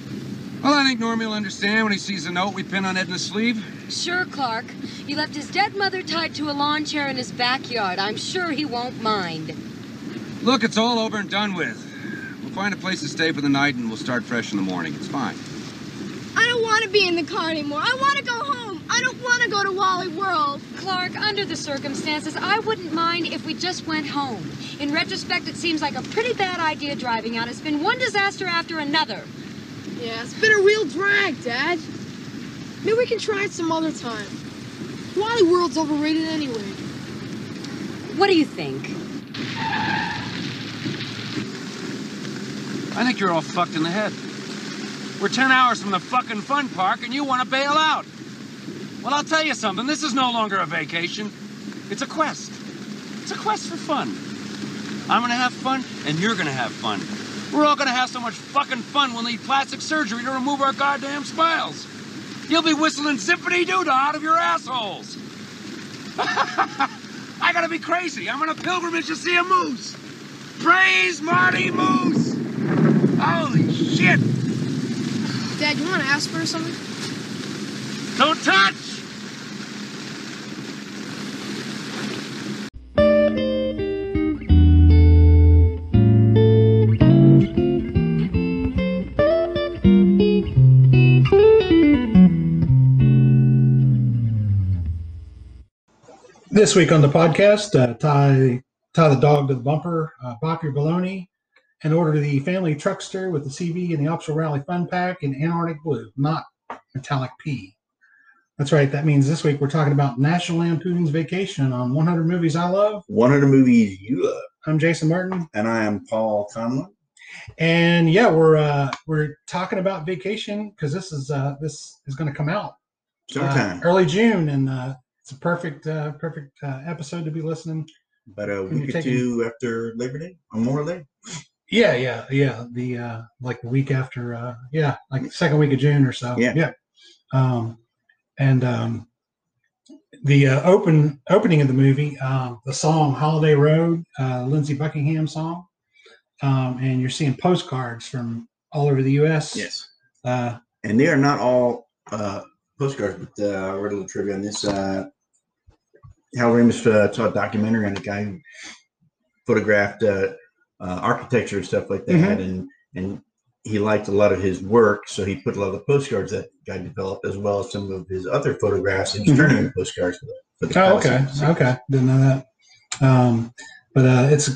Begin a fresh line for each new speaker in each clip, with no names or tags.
Well, I think Normie will understand when he sees the note we pinned on Edna's sleeve.
Sure, Clark. He left his dead mother tied to a lawn chair in his backyard. I'm sure he won't mind.
Look, it's all over and done with. We'll find a place to stay for the night and we'll start fresh in the morning. It's fine.
I don't want to be in the car anymore. I want to go home. I don't want to go to Wally World.
Clark, under the circumstances, I wouldn't mind if we just went home. In retrospect, it seems like a pretty bad idea driving out. It's been one disaster after another.
Yeah, it's been a real drag, Dad. Maybe we can try it some other time. Wally World's overrated anyway.
What do you think?
I think you're all fucked in the head. We're 10 hours from the fucking fun park and you want to bail out. Well, I'll tell you something. This is no longer a vacation. It's a quest. It's a quest for fun. I'm going to have fun and you're going to have fun. We're all going to have so much fucking fun we'll need plastic surgery to remove our goddamn smiles. You'll be whistling symphony doodah out of your assholes. I gotta be crazy. I'm on a pilgrimage to see a moose. Praise Marty Moose! Holy shit!
Dad, you want to ask for something?
Don't touch!
This week on the podcast, uh, tie tie the dog to the bumper, uh, bop your baloney, and order the family truckster with the CV and the optional rally fun pack in Antarctic blue, not metallic P. That's right. That means this week we're talking about National Lampoon's Vacation on 100 Movies I Love.
100 movies you love.
I'm Jason Martin,
And I am Paul Conlon.
and yeah, we're uh, we're talking about vacation because this is uh, this is going to come out uh,
Sometime.
early June, and uh, it's a perfect uh, perfect uh, episode to be listening
About a
when
week or
you're taking-
two after Labor Day or more Day.
Yeah, yeah, yeah. The uh like the week after uh yeah, like the second week of June or so.
Yeah.
Yeah. Um and um the uh, open opening of the movie, um the song Holiday Road, uh Lindsey Buckingham song. Um and you're seeing postcards from all over the US.
Yes.
Uh
And they are not all uh, postcards, but uh, I read a little trivia on this. Uh, Hal Ramis uh, taught a documentary on the guy who photographed uh, uh, architecture and stuff like that.
Mm-hmm.
And, and he liked a lot of his work, so he put a lot of the postcards that guy developed, as well as some of his other photographs, and he turned them into postcards. For the, for the
oh okay.
palace.
Okay. Didn't know that. Um but uh it's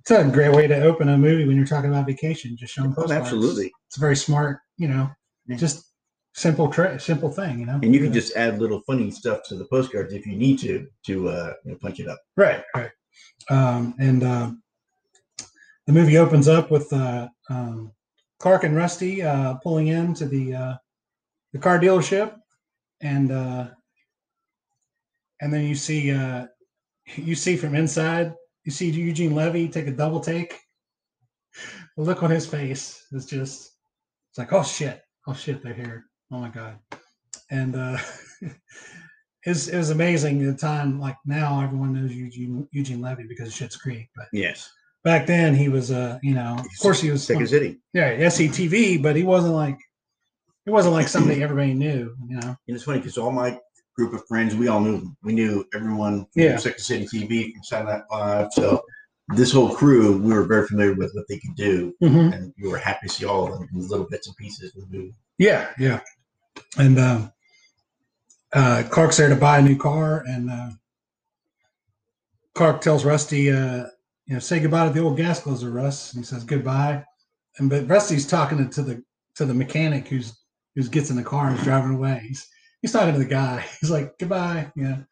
it's a great way to open a movie when you're talking about vacation, just showing
Oh,
postcards.
absolutely.
it's a very smart, you know,
Yeah.
just simple tri- simple thing, you know.
and you can just add little funny stuff to the postcards if you need to to uh, you know, punch it up.
right, right. Um, and uh, the movie opens up with uh, um, Clark and Rusty uh, pulling into the uh, the car dealership, and uh, and then you see uh, you see from inside you see Eugene Levy take a double take. The look on his face is just it's like oh shit oh shit they're here oh my god and uh it was, it was amazing at the time like now everyone knows eugene eugene levy because of shit's creek but
Yes,
back then he was uh you know of course he was
Second City.
yeah sctv but he wasn't like he wasn't like somebody everybody knew you know
And it's funny because all my group of friends, we all knew them. We knew everyone from
Yeah.
Second City TV, from Saturday Night Live. So this whole crew, we were very familiar with what they could do,
mm-hmm.
and we were happy to see all of them in little bits and pieces. of the movie.
Yeah, yeah. And um, uh, Clark's there to buy a new car, and uh, Clark tells Rusty, uh, you know, say goodbye to the old gas closer, Russ. And he says goodbye, and but Rusty's talking to the to the mechanic who's who gets in the car and is driving away. He's he's talking to the guy. He's like goodbye. You know,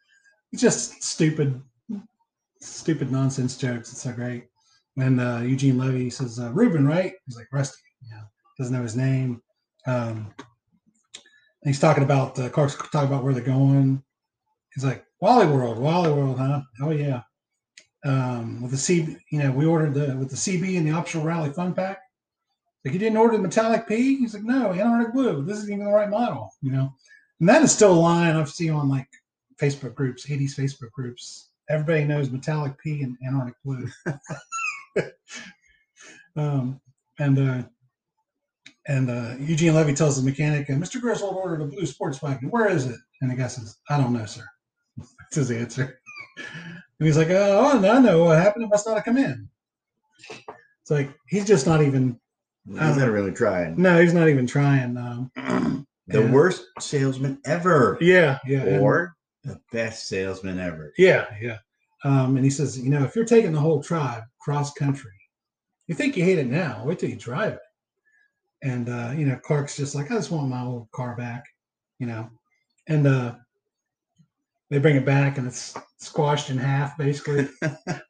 it's just stupid, stupid nonsense jokes. It's so great. And uh, Eugene Levy says, uh, Ruben, right? He's like Rusty. You know, doesn't know his name um, and he's talking about uh, Clark's talking about where they're going. He's like Wally World, Wally World, huh? Oh yeah. Um, with the C, you know, we ordered the with the CB and the optional rally fun pack. Like you didn't order the metallic P? He's like, no, Antarctic blue. This isn't even the right model, you know. And that is still a line I've seen on like Facebook groups, 80s Facebook groups. Everybody knows metallic P and Antarctic blue. um, and uh, And uh, Eugene Levy tells the mechanic, uh, Mr. Griswold ordered a blue sports wagon. Where is it? And the guy says, I don't know, sir. That's his answer. And he's like, Oh, I know what happened. It must not have come in. It's like, he's just not even,
He's
Um,
not really trying.
no, he's not even trying. Um,
The
yeah.
worst salesman ever,
Yeah, yeah. and-
or the best salesman ever.
Yeah, yeah. Um, and he says, you know, if you're taking the whole tribe cross country, you think you hate it now. Wait till you drive it. And uh, you know, Clark's just like, I just want my old car back, you know. And uh, they bring it back, and it's squashed in half, basically.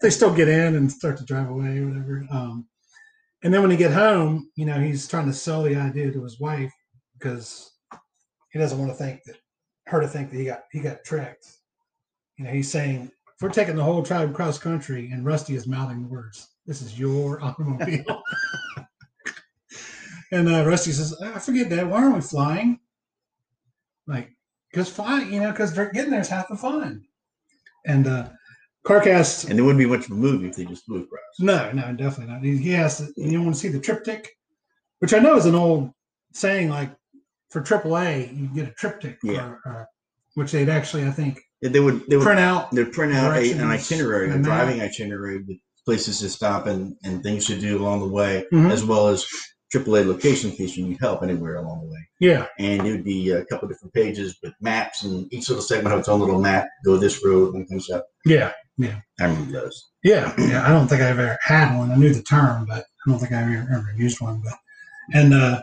they still get in and start to drive away, or whatever. Um, and then when they get home, you know, he's trying to sell the idea to his wife because he doesn't want to think that her to think that he got he got tricked you know, he's saying, if we're taking the whole tribe cross country, and Rusty is mouthing the words, this is your automobile. and uh, Rusty says, I forget that. Why aren't we flying? Like, because flying, you know, because getting there is half the fun. And uh, Clark asks,
And there wouldn't be much of a movie if they just flew across.
no, no, definitely not. He, he has. You want to see the triptych, which I know is an old saying. Like for AAA, you get a triptych,
Yeah.
or, or, which they'd actually, I think,
They would. They would
print out.
They'd print out a, an
directions
itinerary, a
and a map.
driving itinerary with places to stop and, and things to do along the way,
Mhm.
as well as AAA location in case you need help anywhere along the way.
Yeah,
And it would be a couple different pages with maps, and each little segment have its own little map. Go this road and things up.
yeah.
I remember those.
Yeah, yeah. I don't think I've ever had one. I knew the term, but I don't think I've ever, ever used one. But and uh,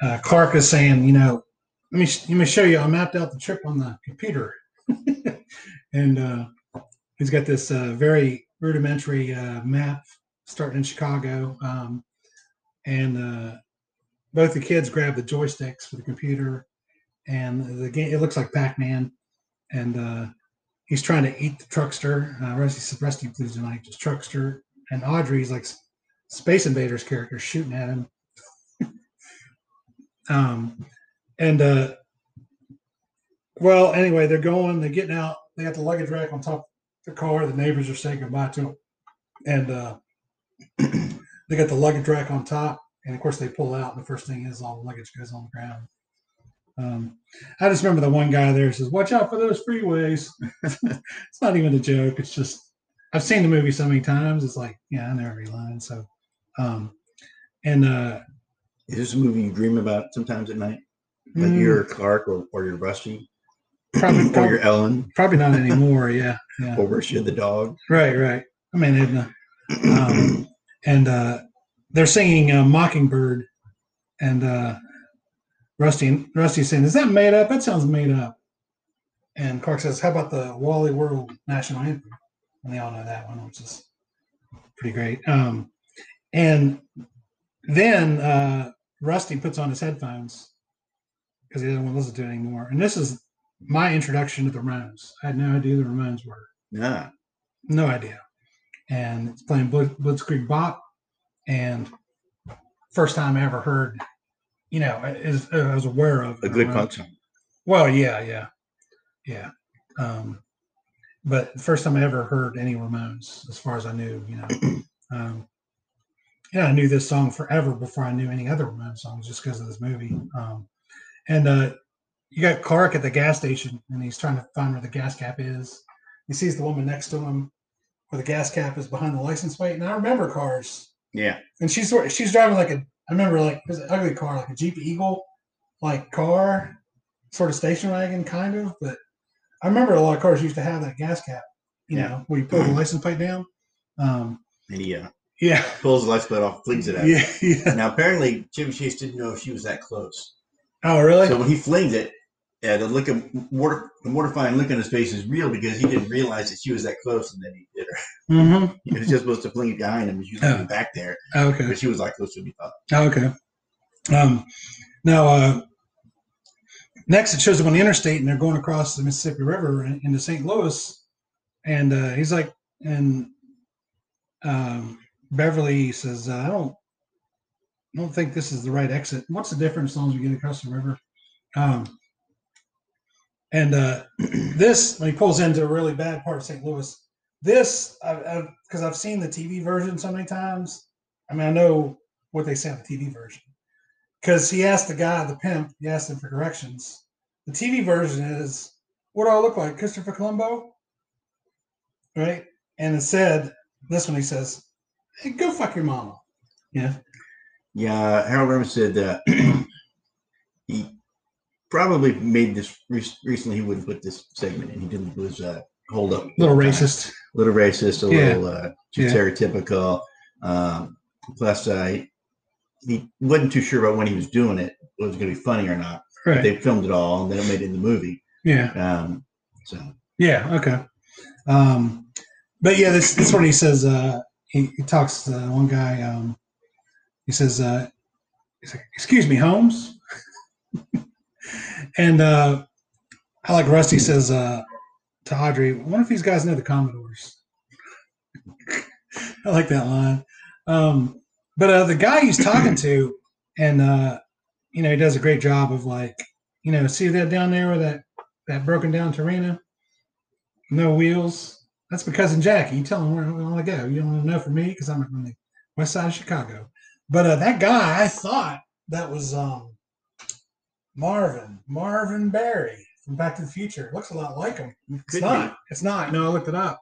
uh, Clark is saying, you know, let me sh- let me show you. I mapped out the trip on the computer, and uh, he's got this uh, very rudimentary uh, map starting in Chicago, um, and uh, both the kids grab the joysticks for the computer, and the game. It looks like Pac-Man, and uh, he's trying to eat the truckster. Uh, Rusty said, Rusty, please don't eat this truckster. And Audrey's like S- Space Invaders character shooting at him. um, and uh, well, anyway, they're going, they're getting out, they got the luggage rack on top of the car. The neighbors are saying goodbye to them, and uh, they got the luggage rack on top. And of course, they pull out, and the first thing is all the luggage goes on the ground. Um, I just remember the one guy there says, "Watch out for those freeways." it's not even a joke. It's just I've seen the movie so many times. It's like yeah, I know every line. So, um, and uh,
Is this a movie you dream about sometimes at night? Like
mm,
you're Clark or, or you're Rusty
probably,
or you're
probably,
Ellen
probably not anymore. Yeah, yeah.
or Rusty the dog.
Right, right. I mean, Edna. Um, and uh, they're singing uh, "Mockingbird," and uh, Rusty, Rusty's saying, "Is that made up? That sounds made up." And Clark says, "How about the Wally World National Anthem?" And they all know that one, which is pretty great. Um, and then uh, Rusty puts on his headphones because he doesn't want to listen to it anymore. And this is my introduction to the Ramones. I had no idea the Ramones were
Nah,
no idea. And it's playing Blitz, Blitzkrieg Bop, and first time I ever heard, you know, I- is I was aware of
a good
uh,
punk song.
Well, yeah, yeah, yeah. Um, but the first time I ever heard any Ramones, as far as I knew, you know, um, yeah, I knew this song forever before I knew any other Ramones songs, just because of this movie. Um, and uh, you got Clark at the gas station, and he's trying to find where the gas cap is. He sees the woman next to him, where the gas cap is behind the license plate. And I remember cars
Yeah,
and she's sort- she's driving like a I remember like it was an ugly car, like a Jeep Eagle, like car, sort of station wagon, kind of. But I remember a lot of cars used to have that gas cap, you
Yeah.
know, where you pull the license plate down. Um,
and he uh,
yeah,
pulls the lights plate off, flings it at her.
yeah, yeah.
Now apparently Jimmy Chase didn't know if she was that close.
Oh, really?
So when he flings it, yeah, the look of mortar, the mortifying look on his face is real because he didn't realize that she was that close, and then he did her.
mm-hmm.
He was just supposed to fling it behind him, and she was
Oh.
looking back there,
Okay.
but she was like close to me. thought.
Oh, okay. Um, now, uh, next it shows them on the interstate, and they're going across the Mississippi River in- into St. Louis, and uh, he's like, and um, Beverly says, uh, "I don't, I don't think this is the right exit. What's the difference as long as we get across the river?" Um, and uh, this, when he pulls into a really bad part of St. Louis, this, because I've, because I've seen the TV version so many times. I mean, I know what they say on the TV version. because he asked the guy, the pimp, he asked him for directions. The TV version is, "What do I look like, Christopher Columbo?" Right? And instead, this one he says, "Hey, go fuck your mama." Yeah.
Yeah, Harold Ramis said uh, he probably made this re- recently. He wouldn't put this segment in. He didn't was uh, hold up.
little racist.
A little racist. A
Yeah.
little uh, too
Yeah.
stereotypical. Um, plus, uh, he wasn't too sure about when he was doing it. It was going to be funny or not. But
Right.
they filmed it all and then it made it in the movie.
Yeah.
Um, so
Yeah. Okay. Um, but yeah, this this one he says uh, he, he talks to one guy. Um, he says, uh, he's like, "Excuse me, Holmes." and uh, I like Rusty says uh, to Audrey, "I wonder if these guys know the Commodores." I like that line. Um, but uh, the guy he's talking to, and uh, you know, he does a great job of like, you know, see that down there with that that broken down Torino no wheels. That's my cousin Jackie. You tell him where I want to go. You don't want to know for me because I'm from the west side of Chicago. But uh, that guy, I thought that was um, Marvin, Marvin Barry from Back to the Future. Looks a lot like him. It's
Could
not. It's not. No, I looked it up.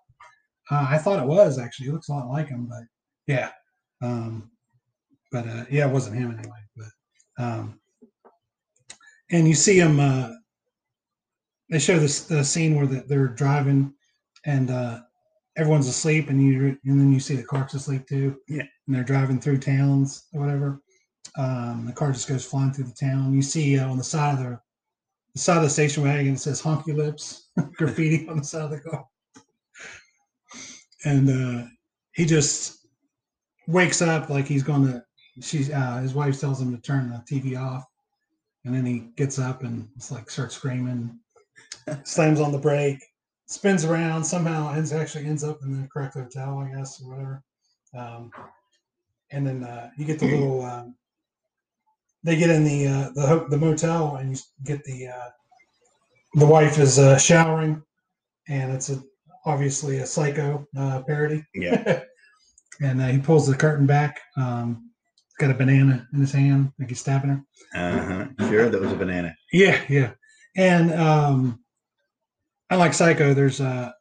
Uh, I thought it was actually. It looks a lot like him, but yeah. Um, but uh, yeah, it wasn't him anyway. But um, and you see him. Uh, they show this the scene where the, they're driving and uh, everyone's asleep, and you and then you see the car's asleep too.
Yeah.
and they're driving through towns or whatever. Um, the car just goes flying through the town. You see uh, on the side of the, the side of the station wagon it says "Honky Lips" graffiti on the side of the car, and uh, he just wakes up like he's going to. She's uh, his wife tells him to turn the TV off, and then he gets up and it's like starts screaming, slams on the brake, spins around somehow ends actually ends up in the correct hotel, I guess, or whatever. Um, and then uh, you get the little um, they get in the uh, the ho- the motel and you s- get the uh, the wife is uh, showering, and it's a, obviously a psycho uh, parody.
yeah,
and uh, he pulls the curtain back. Um, he's got a banana in his hand, like he's stabbing her.
uh-huh. sure that was a banana.
Yeah, yeah. And um unlike Psycho, there's uh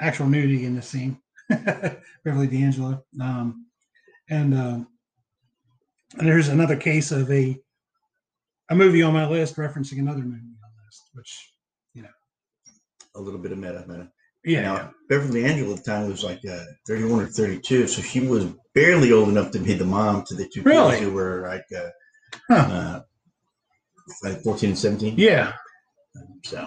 actual nudity in this scene. Beverly D'Angelo. Um and um and there's another case of a a movie on my list referencing another movie on my list, which
A little bit of meta, meta.
yeah,
Now, Beverly Angela at the time was like uh, 31 or 32, so she was barely old enough to be the mom to the two
Really?
kids who were like, uh,
Huh.
uh, like 14 and 17.
yeah,
So,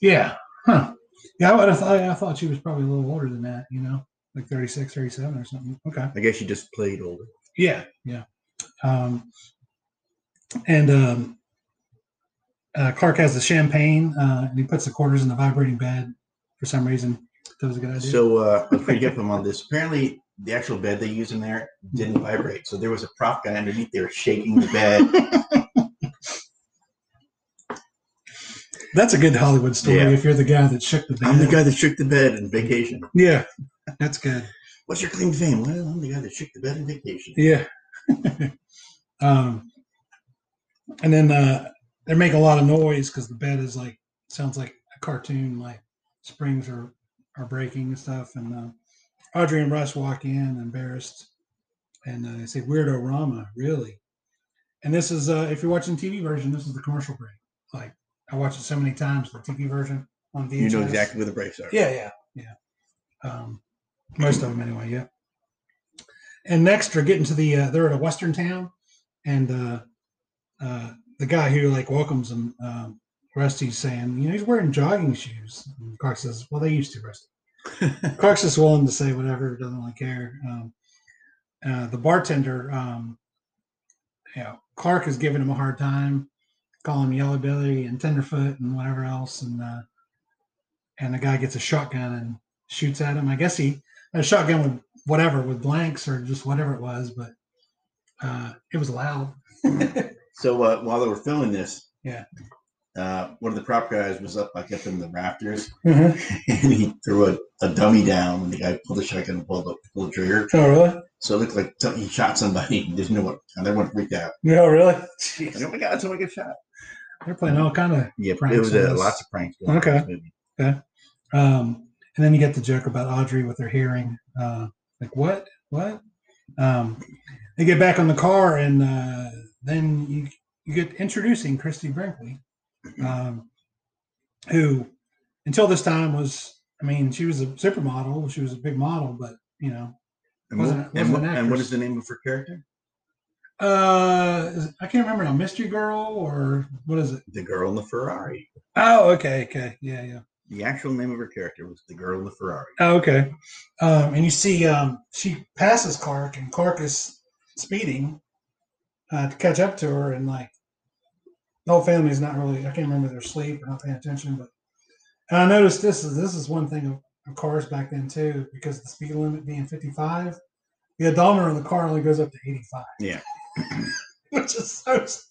yeah, huh. Yeah, I would have thought I thought she was probably a little older than that, you know, like 36, 37 or something. Okay.
I guess she just played older.
Yeah, yeah. Um, and um, uh, Clark has the champagne, uh, and he puts the quarters in the vibrating bed for some reason. That was a good idea.
So, uh, I was pretty up on this. Apparently, the actual bed they used in there didn't vibrate. So, there was a prop guy underneath there shaking the bed.
that's a good Hollywood story
Yeah.
if you're the guy that shook the bed.
I'm the guy that shook the bed in vacation.
Yeah, that's good.
What's your claim to fame? Well, I'm the guy that shook the bed in vacation.
Yeah. um, and then uh, they make a lot of noise because the bed is like sounds like a cartoon, like springs are are breaking and stuff. And uh, Audrey and Russ walk in, embarrassed, and uh, they say, "Weirdo Rama, really?" And this is uh, if you're watching TV version, this is the commercial break. Like I watched it so many times, the TV version on VHS.
You know exactly where the brakes are.
Yeah, yeah, yeah. Um, most of them, anyway. Yeah. And next, they're getting to the. Uh, they're at a western town, and uh, uh, the guy who like welcomes them, um, Rusty's saying, you know, he's wearing jogging shoes. And Clark says, "Well, they used to, Rusty." Clark's just willing to say whatever, doesn't really care. Um, uh, the bartender, um, you know, Clark is giving him a hard time, calling him yellow belly and tenderfoot and whatever else, and uh, and the guy gets a shotgun and shoots at him. I guess he a shotgun with whatever with blanks or just whatever it was, but uh, it was loud.
So uh, while they were filming this,
Yeah.
uh, one of the prop guys was up like up in the rafters,
Mhm.
and he threw a, a dummy down, and the guy pulled the shotgun and pulled the, pulled the trigger.
Oh, really?
So it looked like something- he shot somebody. And there's no one, and everyone freaked out.
No, really?
Like, oh my god, someone got shot!
They're playing all kind of.
Yeah,
Pranks
it was
in
uh,
this.
lots of pranks. going on in
Okay.
this movie.
Um, and then you get the joke about Audrey with her hearing. Uh, like what? What? Um, they get back on the car, and uh, then you you get introducing Christy Brinkley, um, who until this time was, I mean, she was a supermodel. She was a big model, but you know,
And,
Wasn't-
what,
wasn't
and, what,
an
and what
actress.
is the name of her character?
uh, is- I can't remember now. Mystery Girl or what is it?
The girl in the Ferrari.
Oh, okay, okay, yeah, yeah.
The actual name of her character was the girl in the Ferrari.
Oh, okay. Um, and you see, um, she passes Clark, and Clark is speeding uh, to catch up to her, and like the whole family's not really. I can't remember their sleep or not paying attention, but and I noticed this is this is one thing of, of cars back then too, because the speed limit being fifty five, the odometer on the car only goes up to eighty five.
Yeah.
which is so s-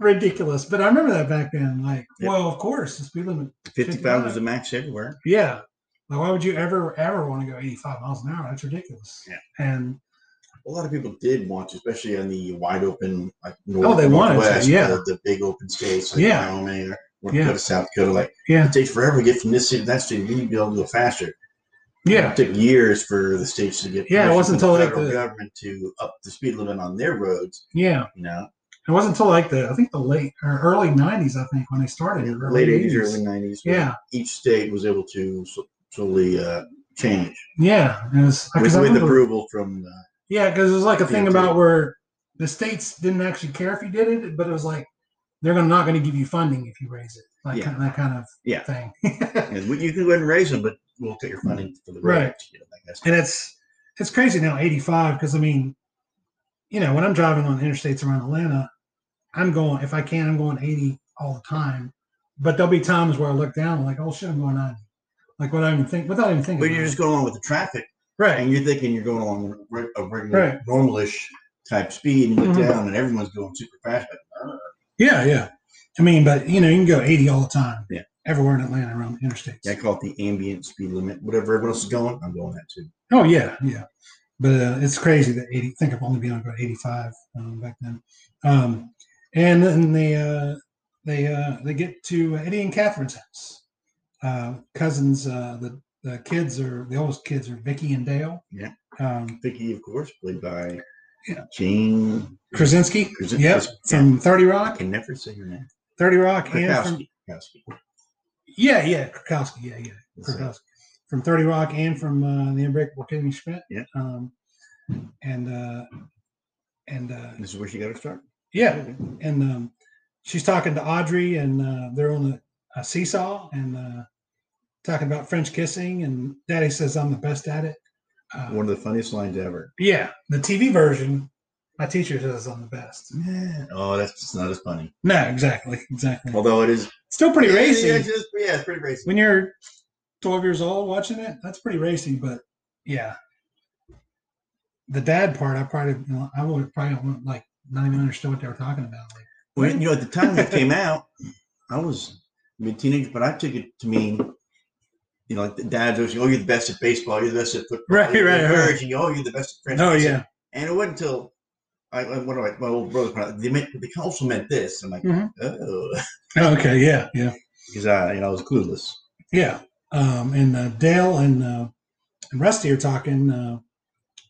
ridiculous. But I remember that back then. Like,
Yep.
well, of course, the speed limit
55 was the max everywhere.
yeah. Like, why would you ever, ever want to go 85 miles an hour? That's ridiculous.
Yeah.
And
A lot of people did want, to, especially on the wide open, like north,
Oh, they wanted to,
northwest,
yeah.
the, the big open states, like
Yeah.
Wyoming or North
Yeah.
Dakota, South Dakota. Like
yeah,
it takes forever to get from this city to that city. You need to be able to go faster.
yeah,
It took years for the states to get.
Yeah, it
permission
wasn't
from the
until, like,
federal
the-
government to up the speed limit on their roads.
yeah.
You know,
It wasn't until like the, I think the late or early 90s, I think, when they started. or
late eighties, early nineties.
Yeah,
each state was able to so- solely uh, change
yeah. It was,
with,
'cause I
with
remember-
approval from. Uh,
Yeah, because it was like a
Yeah,
thing
too.
about where the states didn't actually care if you did it, but it was like they're gonna not going to give you funding if you raise it, like
Yeah.
kind that kind of
Yeah.
thing.
and we- you can go ahead and raise them, but we'll take your funding for the roads.
Right.
You know, that kind of stuff.
and it's it's crazy now 85 because i mean you know when i'm driving on interstates around atlanta i'm going if i can i'm going 80 all the time but there'll be times where i look down like oh shit i'm going 90 like without even think without even thinking
But
about
you're
it.
just going along with the traffic,
right
and you're thinking you're going along re- a regular,
Right.
normalish type speed, and you look
Mhm.
down, and everyone's going super fast. But
yeah yeah i mean but you know you can go 80 all the time
Yeah.
everywhere in atlanta around the interstates
I call it the ambient speed limit. Whatever everyone else is going, I'm going that too.
oh yeah yeah but uh, it's crazy that 80 think of only being on about 85 um, back then um, and then they uh, they uh, they get to eddie and catherine's house uh, cousins uh, the, the kids are the oldest kids are vicky and dale
Yeah.
um,
Vicky, of course, played by
Yeah.
Jane.
krasinski
Krasin-
yep,
Kras-
from 30
I
rock
can never say her name.
30 rock and from,
Krakowski. Krakowski.
yeah yeah krakowski yeah yeah
That's it.
Krakowski. from 30 Rock and from uh, the Unbreakable Kimmy Schmidt.
Yeah.
Um, and uh, and uh,
This is where she got her start.
yeah, and um, she's talking to Audrey, and uh, they're on a, a seesaw and uh, talking about French kissing. And Daddy says, "I'm the best at it." Uh,
One of the funniest lines ever.
yeah, the TV version. My teacher says I'm the best.
Yeah. Oh, that's just not as funny.
No, exactly, exactly.
Although it is
Still pretty
Yeah,
racy
Yeah, just, yeah it's pretty racy.
when you're 12 years old watching it. That's pretty racy, but yeah, the dad part, I probably, you know, I would probably wouldn't, like not even understood what they were talking about. Like,
Well, you know, at the time it came out, I was mid teenager, but I took it to mean, you know, like the dad's always, oh, you're the best at baseball, you're the best at football,
Right,
you're
right, right.
encouraging you, oh, you're the best at French.
oh
kissing."
yeah,
And it wasn't until I, I one of my, my old brothers, pointed out, they meant they also meant this. I'm like,
Mhm.
oh,
Oh, okay, yeah, yeah.
because I, you know, I was clueless.
Yeah. Um, and uh, Dale and, uh, and Rusty are talking. Uh,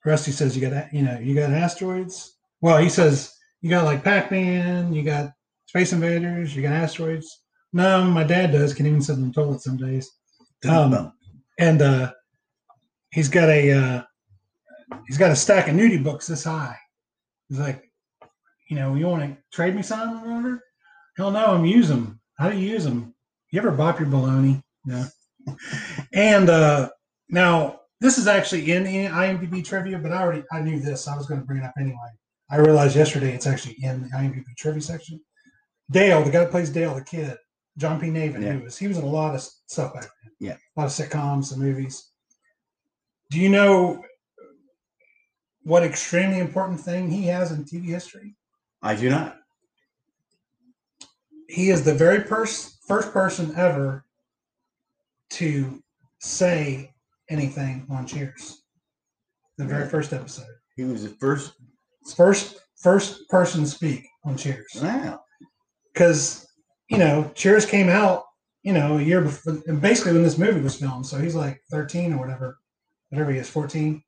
Rusty says you got a- you know you got asteroids. Well, he says you got like Pac Man, you got Space Invaders, you got asteroids. No, my dad does. Can even sit on the toilet some days. Um,
Well,
And uh, he's got a uh, he's got a stack of nudie books this high. He's like, you know, you want to trade me some or whatever? Hell no, I'm use them. How do you use them? You ever bop your baloney? No. and uh, now this is actually in, in IMDb trivia, but I already I knew this. I was going to bring it up anyway. I realized yesterday it's actually in the IMDb trivia section. Dale, the guy that plays Dale, the kid, John P. Navin,
Yeah.
who was he was in a lot of stuff back then.
Yeah.
a lot of sitcoms and movies. Do you know what extremely important thing he has in TV history?
I do not.
he is the very first first person ever to say anything on Cheers. The very first episode.
He was the first.
First first person to speak on Cheers.
Wow.
because you know Cheers came out you know a year before, basically when this movie was filmed. So he's like 13 or whatever, whatever he is, 14.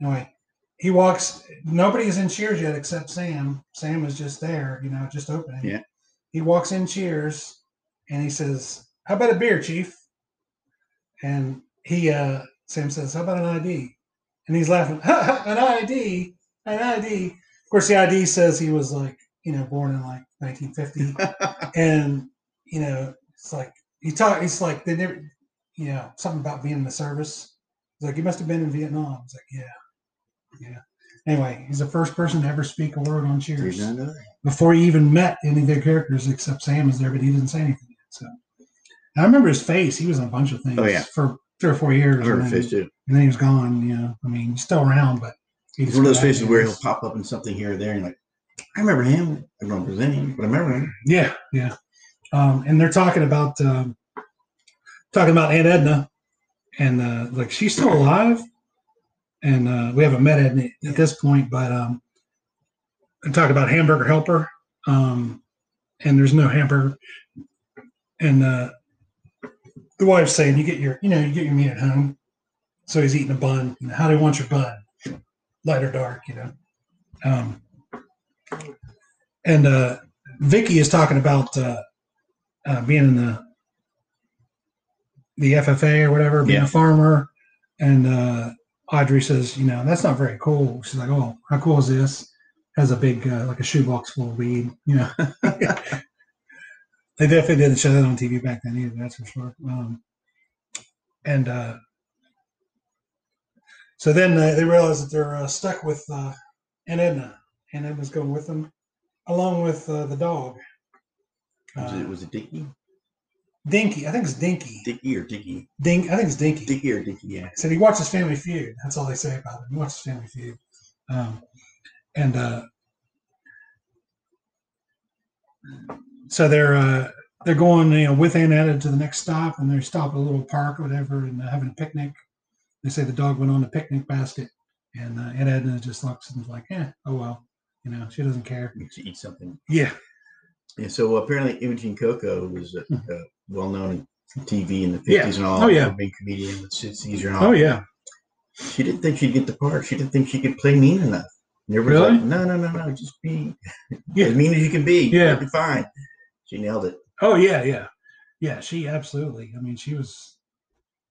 Anyway, he walks. Nobody is in Cheers yet except Sam. Sam was just there, you know, just opening.
Yeah.
He walks in Cheers, and he says, "How about a beer, Chief?" And he uh, Sam says, "How about an ID?" And he's laughing, an ID, an ID. Of course, the ID says he was like you know, born in like 1950, and you know, it's like he talk. It's like they never, you know, something about being in the service. He's like, you must have been in Vietnam. It's like, yeah, yeah. Anyway, he's the first person to ever speak a word on
Did
Cheers
not know that.
before he even met any of their characters except Sam is there, but he didn't say anything. Yet, so And I remember his face. He was in a bunch of things
Oh, yeah.
for three or four years,
I've heard
and,
of
then,
fish too.
and then he was gone. You know, I mean, he's still around, but he
It's
just
one of those
got out
faces where he'll
his-
pop up in something here or there, and you're like, I remember him. I don't remember his name, but I remember him.
Yeah, yeah. Um, and they're talking about um, talking about Aunt Edna, and uh, like she's still alive, and uh, we haven't met Edna at this point, but um, and talk about Hamburger Helper, um, and there's no hamburger, and uh, the wife's saying you get your you know you get your meat at home, so he's eating a bun. And how do you want your bun? Light or dark, you know. Um, and uh, Vicky is talking about uh, uh, being in the the FFA or whatever, being
Yeah.
a farmer, and uh, Audrey says, you know, that's not very cool. She's like, oh, how cool is this? Has a big uh, like a shoebox full of weed, you know. they definitely didn't show that on TV back then either. That's for sure. Um, and uh, so then uh, they realize that they're uh, stuck with uh, Aunt Edna, and Edna's going with them along with uh, the dog.
Was
Uh,
it was it Dickie?
Dinky, I think it's Dinky.
Dickie or Dickie?
Dink, I think it's Dinky.
Dickie or Dickie? Yeah.
Said he watches Family Feud. That's all they say about him. He watches Family Feud, um, and uh, so they're uh, they're going you know with Aunt Etta to the next stop, and they stop at a little park or whatever, and they're having a picnic. They say the dog went on the picnic basket, and uh, Aunt Edna just looks and is like, "Eh, oh well," you know, she doesn't care.
Did she eat something?
Yeah,
Yeah. So apparently, Imogene Coco was uh, uh, well known in TV in the 50s
Hmm. Yeah.
and all.
Oh, yeah.
A big comedian with Sid Caesar and all.
oh yeah,
She didn't think she'd get the part. She didn't think she could play mean enough. And everybody's
Really?
like, no, no, no, no. Just be
Yeah.
as mean as you can be.
Yeah.
You'll be fine. She nailed it.
Oh yeah, yeah, yeah. She absolutely. I mean, she was.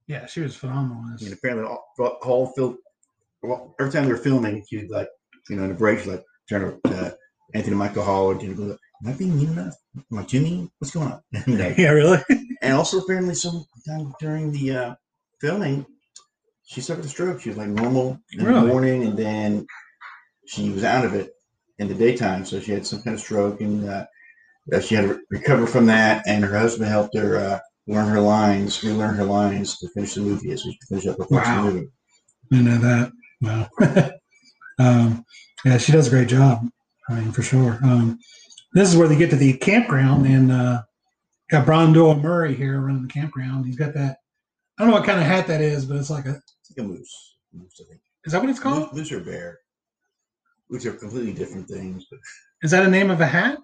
Yeah, she was phenomenal. in this.
And apparently, all, all film, well, every time they were filming, she'd like, you know, in the break, she'd like turn to uh, Anthony Michael Hall or Jimmy Gould. Am I being mean enough? Am I too mean? What's going on? And, uh,
Yeah, really.
and also, apparently, sometime during the uh, filming, she suffered a stroke. She was like normal in the
Really?
morning, and then she was out of it in the daytime. So she had some kind of stroke, and uh, uh, she had to re- recover from that. And her husband helped her uh, learn her lines, relearn her lines to finish the movie as we finish up the
Wow.
movie.
You know that. Wow. um, yeah, she does a great job. I mean, for sure. Um, this is where they get to the campground, and uh, got Brondell Murray here running the campground. He's got that. I don't know what kind of hat that is, but it's like a.
It's like a moose. Moose, I think.
Is that what it's
Moose,
called?
moose or bear, which are completely different things. But
Is that a name of a hat?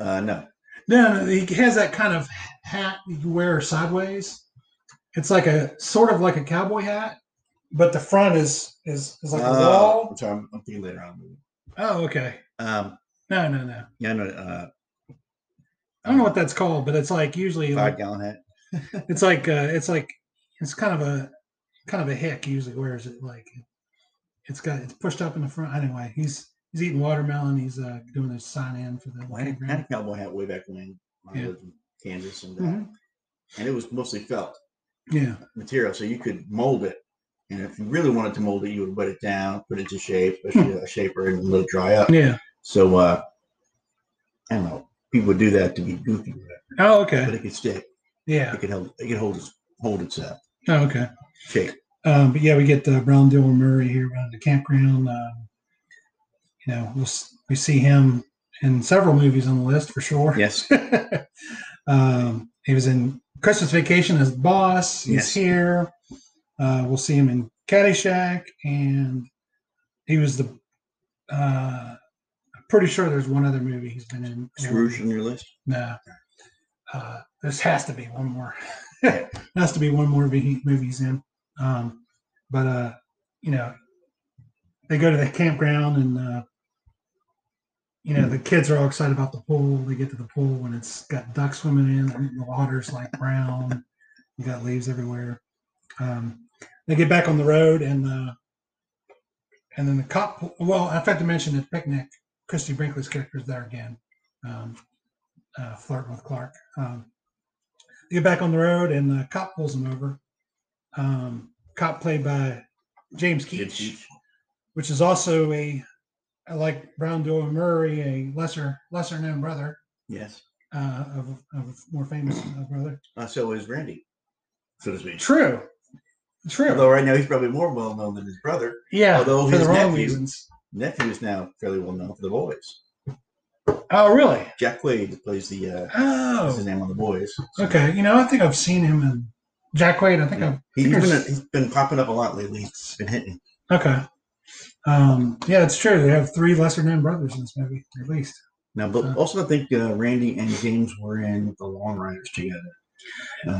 uh, no,
No, no, he has that kind of hat that you wear sideways. It's like a sort of like a cowboy hat, but the front is is, is like a
Uh,
wall.
I'm sorry, I'm, I'm thinking later on.
Oh, okay.
Um,
No, no, no.
yeah, no. Uh,
I don't know what that's called, but it's like usually
Five
like,
gallon hat.
it's like uh, it's like it's kind of a kind of a hick usually wears it like it's got it's pushed up in the front anyway. He's he's eating watermelon. He's uh, doing a sign in for the
Well, I had, I had a
campground.
cowboy hat way back when I
Yeah.
lived in Kansas, and, uh,
Mhm.
and it was mostly felt
Yeah,
material, so you could mold it. And if you really wanted to mold it, you would wet it down, put it to shape, especially a shaper, and let it dry up.
Hmm. yeah.
So uh, I don't know. People would do that to be goofy, with it,
Oh,
but
okay.
it could stick.
Yeah.
It could hold. It could hold its hold itself.
Oh, okay.
Shape.
Um, but yeah, we get uh, Brown Diller Murray here around the campground. Um, you know, we'll, s- we see him in several movies on the list for sure.
Yes.
um, he was in Christmas Vacation as boss. He's
Yes.
here. Uh, we'll see him in Caddyshack, and he was the. Uh, I'm pretty sure there's one other movie he's been in.
Scrooge on your list.
No. Uh, this has to be one more. has to be one more movie movie he's in. Um, but uh, you know, they go to the campground and uh, you know the kids are all excited about the pool. They get to the pool and it's got ducks swimming in. and The water's like brown. You got leaves everywhere. Um, they get back on the road and uh, and then the cop. Well, I forgot to mention at picnic, Christy Brinkley's character is there again. Um, uh, flirting with Clark. Um, they get back on the road, and the cop pulls him over. Um, cop played by James Keach, which is also a, I like Brown Doe Murray, a lesser lesser known brother
Yes.
uh, of, of more famous uh, brother.
Uh, so is Randy, so to speak.
True, true.
Although right now he's probably more well known than his brother.
yeah,
although
for the
his
wrong
nephew-
reasons.
Nephew is now fairly well known for the boys.
Oh, really?
Jack Quaid plays the uh, is his
Oh,
name on the boys. So
okay. You know, I think I've seen him in Jack Wade. I think I've
He's
Here's-
been he's been popping up a lot lately. It's been hitting.
Okay. Um, yeah, it's true. They have three lesser known brothers in this movie, at least.
Now, but
Uh.
also I think uh, Randy and James were in the Long Riders together.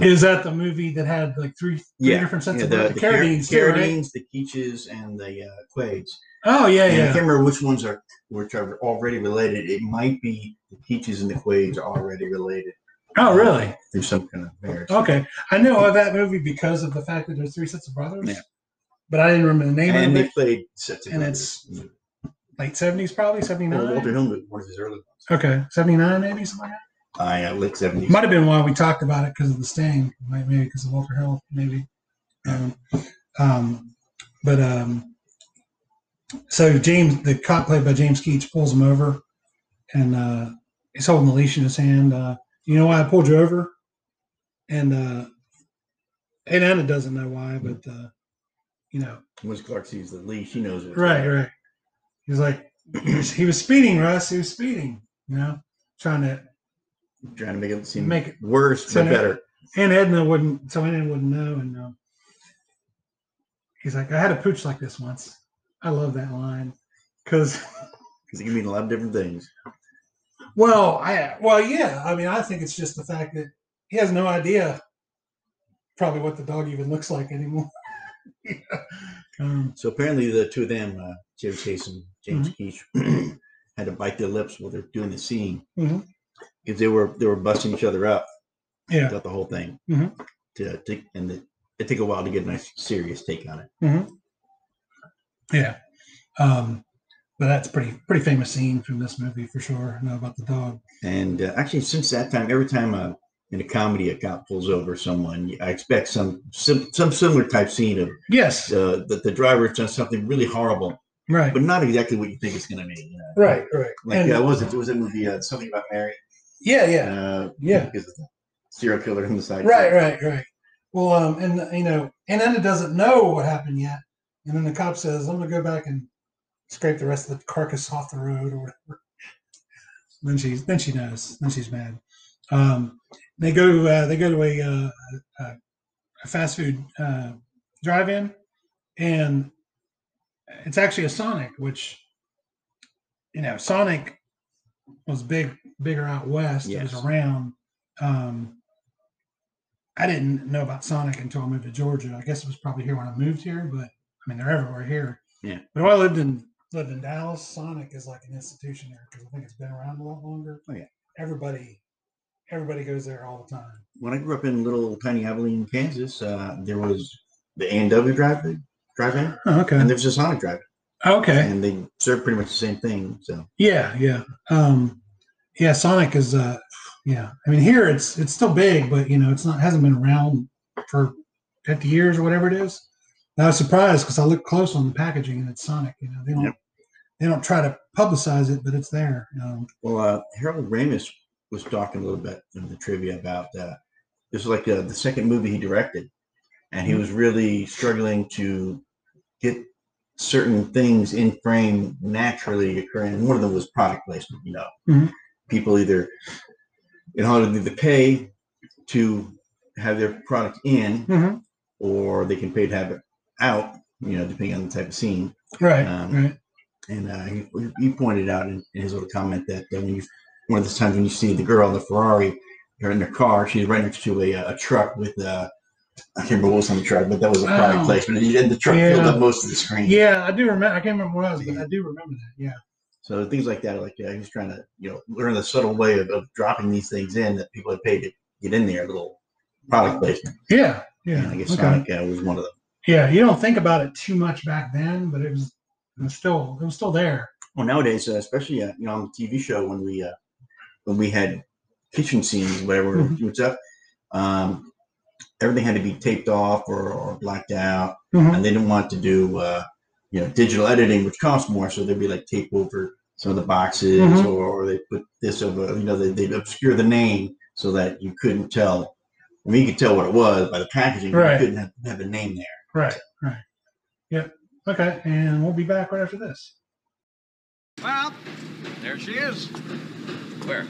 Is that the movie that had like three, three different sets
yeah,
of
the,
the,
the Car-
Carradines, too, right?
Carradines, the Keaches, and the uh, Quades.
Oh yeah,
And I
yeah.
can't remember which ones are which are already related. It might be the Keaches and the Quades are already related
Oh really?
through some kind of marriage.
Okay, I know of that movie because of the fact that there's three sets of brothers.
Yeah.
But I didn't remember the name
And
of
they
it.
played sets of
and
brothers.
Late seventies, probably seventy
Well, Walter
nine.
Hill was one of his early ones.
Okay, seventy nine maybe something like that.
I uh, late seventies.
Might have been why we talked about it because of the stain, like maybe because of Walter Hill, maybe. Um, um, but um, so James, the cop played by James Keats, pulls him over, and uh, he's holding the leash in his hand. Uh, you know why I pulled you over? And uh, and Anna doesn't know why, but uh, you know,
Once Clark sees the leash, he knows what's
Right,
going on.
right. He was like, he was, he was speeding, Russ. He was speeding, you know, trying to.
Trying to make it seem
Make it-
worse
so
but
now-
better.
And Edna wouldn't, so Edna wouldn't know. And um, he's like, I had a pooch like this once. I love that line because,
Because it can mean a lot of different things.
well, I, well, yeah. I mean, I think it's just the fact that he has no idea probably what the dog even looks like anymore. um,
So apparently the two of them, uh, James Case and James
Mm-hmm.
Keach, had to bite their lips while they're doing the scene.
Mhm.
Because they were they were busting each other up
yeah.
throughout the whole thing.
Mhm.
To, to and it, it took a while to get a nice serious take on it.
Yeah. Um, but that's pretty pretty famous scene from this movie for sure. I know about the dog.
And uh, actually, since that time, every time uh, in a comedy a cop pulls over someone, I expect some some, some similar type scene of
Yes.
uh, that the driver's done something really horrible,
Right.
but not exactly what you think it's going to be. You know?
Right, right.
Like
And-
uh, what was it? It was a movie uh, something about Mary.
yeah, yeah,
Uh,
yeah.
because of the serial killer on the side.
Right, right, right. Well, um, and you know, and Anna doesn't know what happened yet, and then the cop says, "I'm gonna go back and scrape the rest of the carcass off the road or whatever." Then she's then she knows. Then she's mad. Um, they go uh, they go to a, uh, a, a fast food uh, drive-in, and it's actually a Sonic, which you know Sonic was big bigger out west. It
Yes.
was around. Um, I didn't know about Sonic until I moved to Georgia. I guess it was probably here when I moved here, but I mean they're everywhere here.
Yeah.
But while I lived in lived in Dallas, Sonic is like an institution there because I think it's been around a lot longer.
Oh, yeah.
Everybody, everybody goes there all the time.
When I grew up in little tiny Abilene, Kansas, uh, there was the A and W drive-in, drive-in,
okay.
and there was a Sonic drive-in,
Okay.
and they served pretty much the same thing. So
Yeah, yeah. Um yeah, Sonic is uh yeah. I mean here it's it's still big, but you know, it's not hasn't been around for 50 years or whatever it is. And I was surprised because I looked close on the packaging and it's Sonic, you know. They don't
Yep.
they don't try to publicize it, but it's there. Um,
Well, uh, Harold Ramis was talking a little bit in the trivia about uh, this was like uh, the second movie he directed, and he was really struggling to get certain things in frame naturally occurring. One of them was product placement. You know,
Mhm.
people either in Hollywood either pay to have their product in,
Mhm.
or they can pay to have it out. You know, depending on the type of scene.
Right.
Um,
right.
And uh, he, he pointed out in, in his little comment that uh, when you one of the times when you see the girl in the Ferrari, her in the car, she's right next to a, uh, a truck with uh, I can't remember what was on the truck, but that was a
Wow.
product placement. And you- and the truck filled
Yeah.
up most of the screen.
Yeah, I do remember. I can't remember what I was, but I do remember that. Yeah.
So things like that, like uh, he was trying to you know learn the subtle way of, of dropping these things in that people have paid to get in there, little product placement.
Yeah.
And
Yeah.
I guess
okay.
Sonic uh, was one of them.
Yeah. You don't think about it too much back then, but it was, it was still it was still there.
Well, nowadays, uh, especially uh, you know on the TV show when we uh, when we had kitchen scenes, whatever
Mhm.
and stuff, um, everything had to be taped off or, or blacked out,
Mhm.
and they didn't want to do uh, you know digital editing, which costs more. So they'd be like tape over some of the boxes,
Mhm.
or, or they put this over, you know, they, they'd obscure the name so that you couldn't tell. I mean, you could tell what it was by the packaging, but
Right.
you couldn't have, have the name there.
Right. Right. Yep. Okay. And we'll be back right after this.
Well, there she is. Where?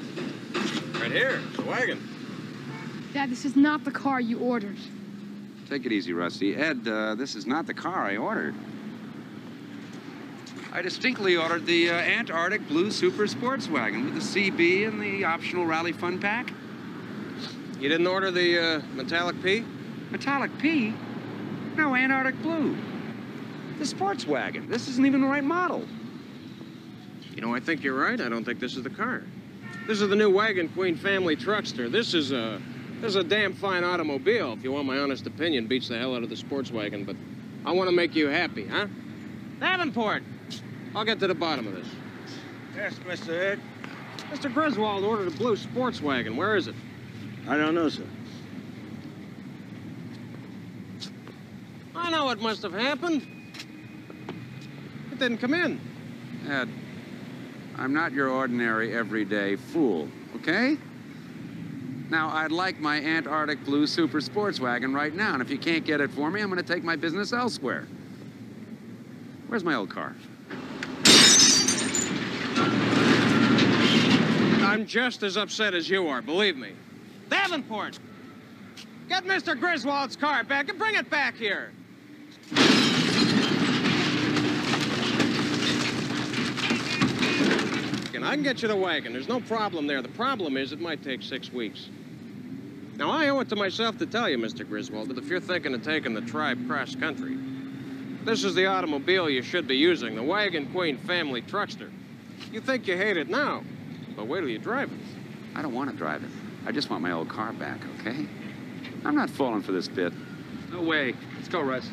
Right here, the wagon.
Dad, this is not the car you ordered.
Take it easy, Rusty. Ed, uh, this is not the car I ordered. I distinctly ordered the uh, Antarctic Blue Super Sports Wagon with the CB and the optional Rally Fun Pack.
You didn't order the uh, metallic P?
Metallic P? No, Antarctic Blue.
The sports wagon. This isn't even the right model.
You know, I think you're right. I don't think this is the car. This is the new Wagon Queen family truckster. This is a this is a damn fine automobile. If you want my honest opinion, beats the hell out of the sports wagon. But I want to make you happy, huh? Davenport, I'll get to the bottom of this.
Yes, Mr. Ed.
Mr. Griswold ordered a blue sports wagon. Where is it?
I don't know, sir.
I know what must have happened. It didn't come in.
Ed, I'm not your ordinary everyday fool, okay? Now, I'd like my Antarctic Blue Super Sports Wagon right now, and if you can't get it for me, I'm going to take my business elsewhere. Where's my old car?
I'm just as upset as you are, believe me. Davenport! Get Mr. Griswold's car back and bring it back here! And I can get you the wagon. There's no problem there. The problem is it might take six weeks. Now, I owe it to myself to tell you, Mr. Griswold, that if you're thinking of taking the tribe cross country, this is the automobile you should be using the Wagon Queen family truckster. You think you hate it now, but wait till you drive it.
I don't want to drive it. I just want my old car back, okay? I'm not falling for this bit. No way. Let's go, Russ.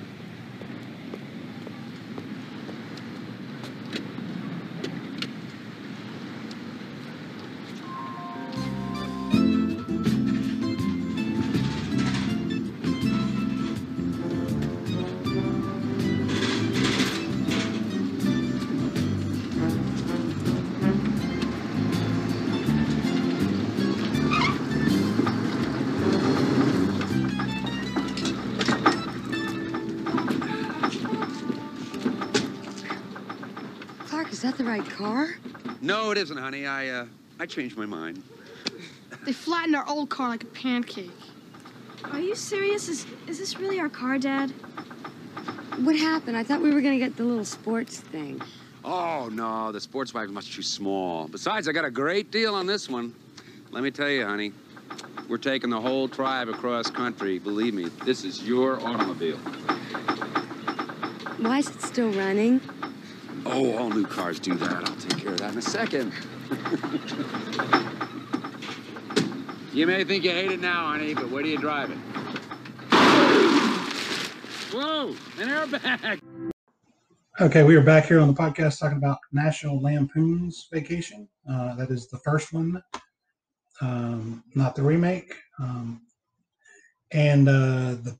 Clark, is that the right car?
No, it isn't, honey. I, uh, I changed my mind.
They flattened our old car like a pancake.
Are you serious? Is is this really our car, Dad?
What happened? I thought we were gonna get the little sports thing.
Oh, no, the sports wagon's much too small. Besides, I got a great deal on this one. Let me tell you, honey, we're taking the whole tribe across country. Believe me, this is your automobile.
Why is it still running?
Oh, all new cars do that. I'll take care of that in a second. you may think you hate it now, honey, but where do you drive it? Whoa, an airbag!
Okay, we are back here on the podcast talking about National Lampoon's Vacation. Uh, that is the first one, um, not the remake. Um, and uh, the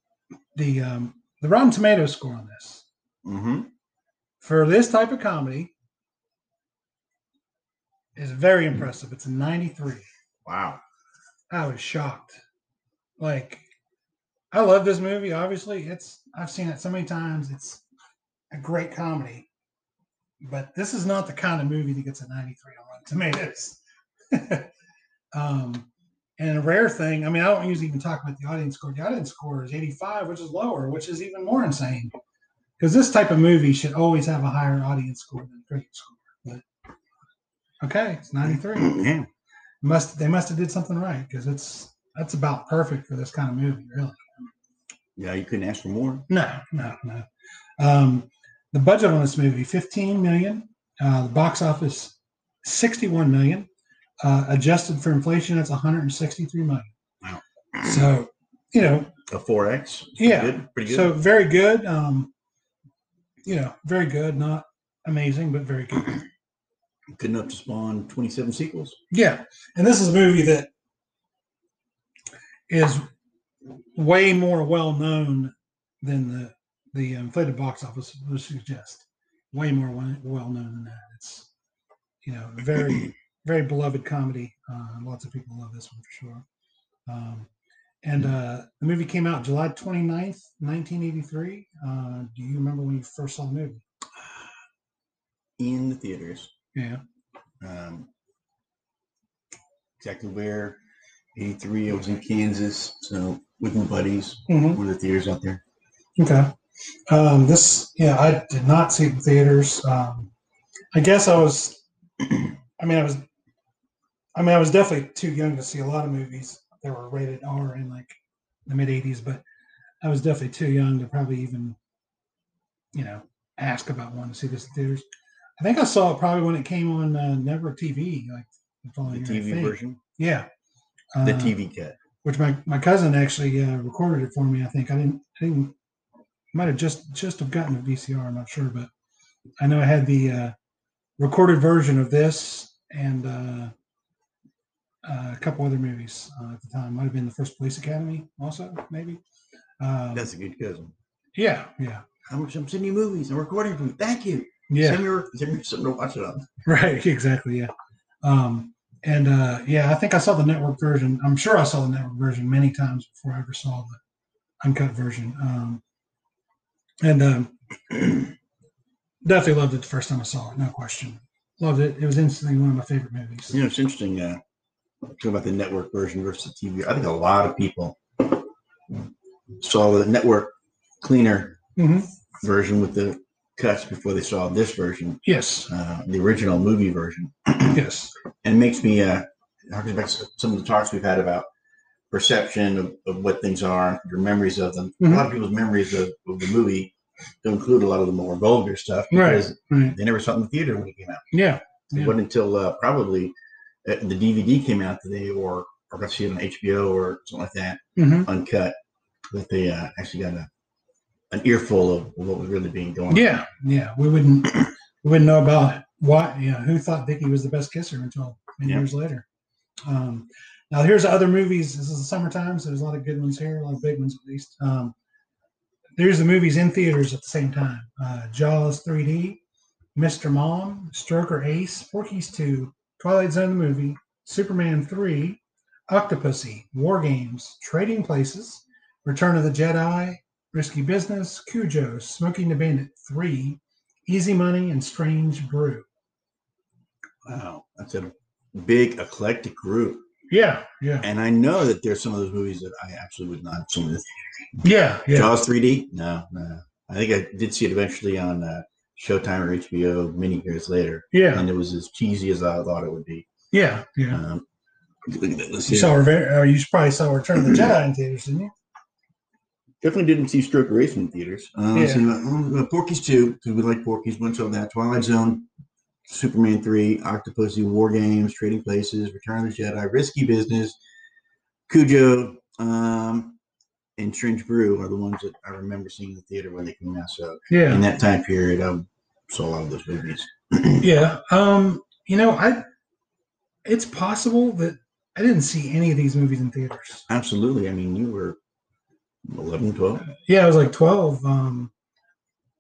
the um, the Rotten Tomatoes score on this
Mm-hmm.
for this type of comedy is very impressive. It's a ninety three.
Wow.
I was shocked. Like, I love this movie. Obviously, it's I've seen it so many times. It's a great comedy, but this is not the kind of movie that gets a 93 on Rotten Tomatoes. um, and a rare thing, I mean, I don't usually even talk about the audience score. The audience score is 85, which is lower, which is even more insane. Because this type of movie should always have a higher audience score than the critic score. But okay, it's 93.
Yeah.
Must they must have did something right because it's that's about perfect for this kind of movie, really.
Yeah, you couldn't ask for more.
No, no, no. Um, the budget on this movie, 15 million. Uh, the box office, 61 million. Uh, adjusted for inflation, it's 163 million.
Wow.
So, you know,
A 4X.
yeah.
Pretty good. Pretty good.
So very good. Um, you know, very good. Not amazing, but very good.
good enough to spawn 27 sequels.
Yeah, and this is a movie that is way more well known than the the um, inflated box office would suggest. Way more well known than that. It's you know very very beloved comedy. Uh, lots of people love this one for sure. Um, and uh, the movie came out July 29th, 1983. Uh, do you remember when you first saw the movie?
in the theaters.
Yeah.
Um, exactly where 83, I was in Kansas, so with my buddies,
Mm-hmm.
one of the theaters out there.
Okay. Um, this, yeah, I did not see it in theaters. Um, I guess I was, I mean, I was, I mean, I was definitely too young to see a lot of movies that were rated R in like the mid 80s, but I was definitely too young to probably even, you know, ask about wanting to see this in theaters. I think I saw it probably when it came on uh, network TV, like the
The
following year, I
TV
think.
version,
Yeah.
the
Uh,
TV cut.
which my, my cousin actually uh, recorded it for me. I think I didn't, I didn't, might have just just have gotten a VCR. I'm not sure, but I know I had the uh, recorded version of this and uh, uh, a couple other movies uh, at the time. Might have been the first Police Academy, also maybe. Um,
That's a good cousin.
yeah, yeah,
How much I'm sending you movies and recording from. Thank you.
yeah.
Send me, send me something to watch it on.
Right, exactly. Yeah. Um, and uh, yeah, I think I saw the network version. I'm sure I saw the network version many times before I ever saw the uncut version. Um, and um, definitely loved it the first time I saw it, no question. Loved it. It was instantly one of my favorite movies.
You know, it's interesting. Uh, talking about the network version versus the TV. I think a lot of people saw the network cleaner
Mhm.
version with the cuts before they saw this version,
Yes,
uh, the original movie version.
yes,
and it makes me uh harkens back to some of the talks we've had about perception of, of what things are your memories of them a
Mm-hmm.
lot of people's memories of, of the movie don't include a lot of the more vulgar stuff
Right,
because
right.
they never saw it in the theater when it came out
yeah,
it
Yeah.
wasn't until uh, probably uh, the dvd came out today or or got to see it on hbo or something like that
hmm
uncut that they uh, actually got a, an earful of what was really being going on
yeah, yeah. We wouldn't, we wouldn't know about why, you know, who thought Vicky was the best kisser until many
Yeah.
years later. Um, now here's other movies. This is the summertime, so there's a lot of good ones here, a lot of big ones at least. Um, there's the movies in theaters at the same time. Uh, Jaws 3D, Mr. Mom, Stroker Ace, Porky's 2, Twilight Zone the movie, Superman 3, Octopussy, War Games, Trading Places, Return of the Jedi, Risky Business, Cujo, Smoking the Bandit 3, Easy Money, and Strange Brew.
wow that's a big eclectic group
Yeah, yeah,
And I know that there's some of those movies that I absolutely would not have seen.
yeah, yeah.
Jaws 3D? No, no. I think I did see it eventually on uh, Showtime or HBO many years later,
Yeah,
and it was as cheesy as I thought it would be.
yeah, yeah.
Um, look at that, let's
You
see.
saw Reven- or you probably saw Return of the Jedi in theaters, didn't you?
Definitely didn't see Stroke Race in theaters. Uh,
Yeah.
so, uh, uh, Porky's 2, because we like Porky's, went on that. Twilight Zone, Superman 3, Octopussy, War Games, Trading Places, Return of the Jedi, Risky Business, Cujo, um, and Strange Brew are the ones that I remember seeing in the theater when they came out. So in
Yeah,
that time period, I saw a lot of those movies.
yeah. Um, you know, I. It's possible that I didn't see any of these movies in theaters.
Absolutely. I mean, you were 11, 12.
Yeah, I was like twelve. Um,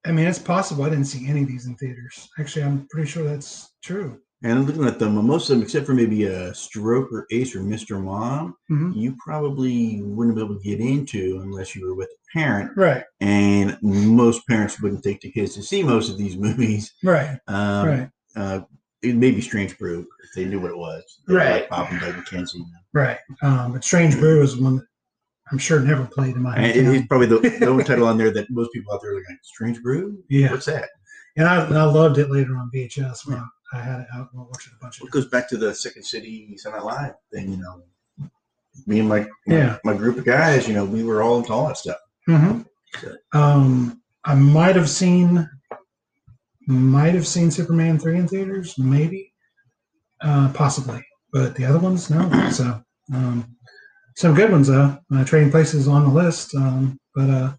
I mean, it's possible I didn't see any of these in theaters. Actually, I'm pretty sure that's true.
And I'm looking at them, uh, most of them, except for maybe a Stroke or Ace or Mr. Mom,
Mhm.
you probably wouldn't be able to get into unless you were with a parent.
Right.
And most parents wouldn't take the kids to see most of these movies.
Right.
Um,
right.
Uh, it may be Strange Brew if they knew what it was. They
Right.
Like Bob and Doug McKenzie.
Right. Um, but Strange Brew is one that I'm sure never played in my
And it-
hometown.
it's probably the, the only title on there that most people out there are like, Strange Brew?
Yeah.
What's that?
And I, and I loved it later on VHS when I had it out and watched it a bunch of
Well, it goes back to the Second City Sunlight Live thing, you know. Me and my
Yeah.
my group of guys, you know, we were all into all that stuff.
times.
Good.
hmm Um, I might have seen, might have seen Superman 3 in theaters, maybe, uh, possibly. But the other ones, no. So, um, some good ones, though. Uh, Trading Places on the list. Um, but, uh,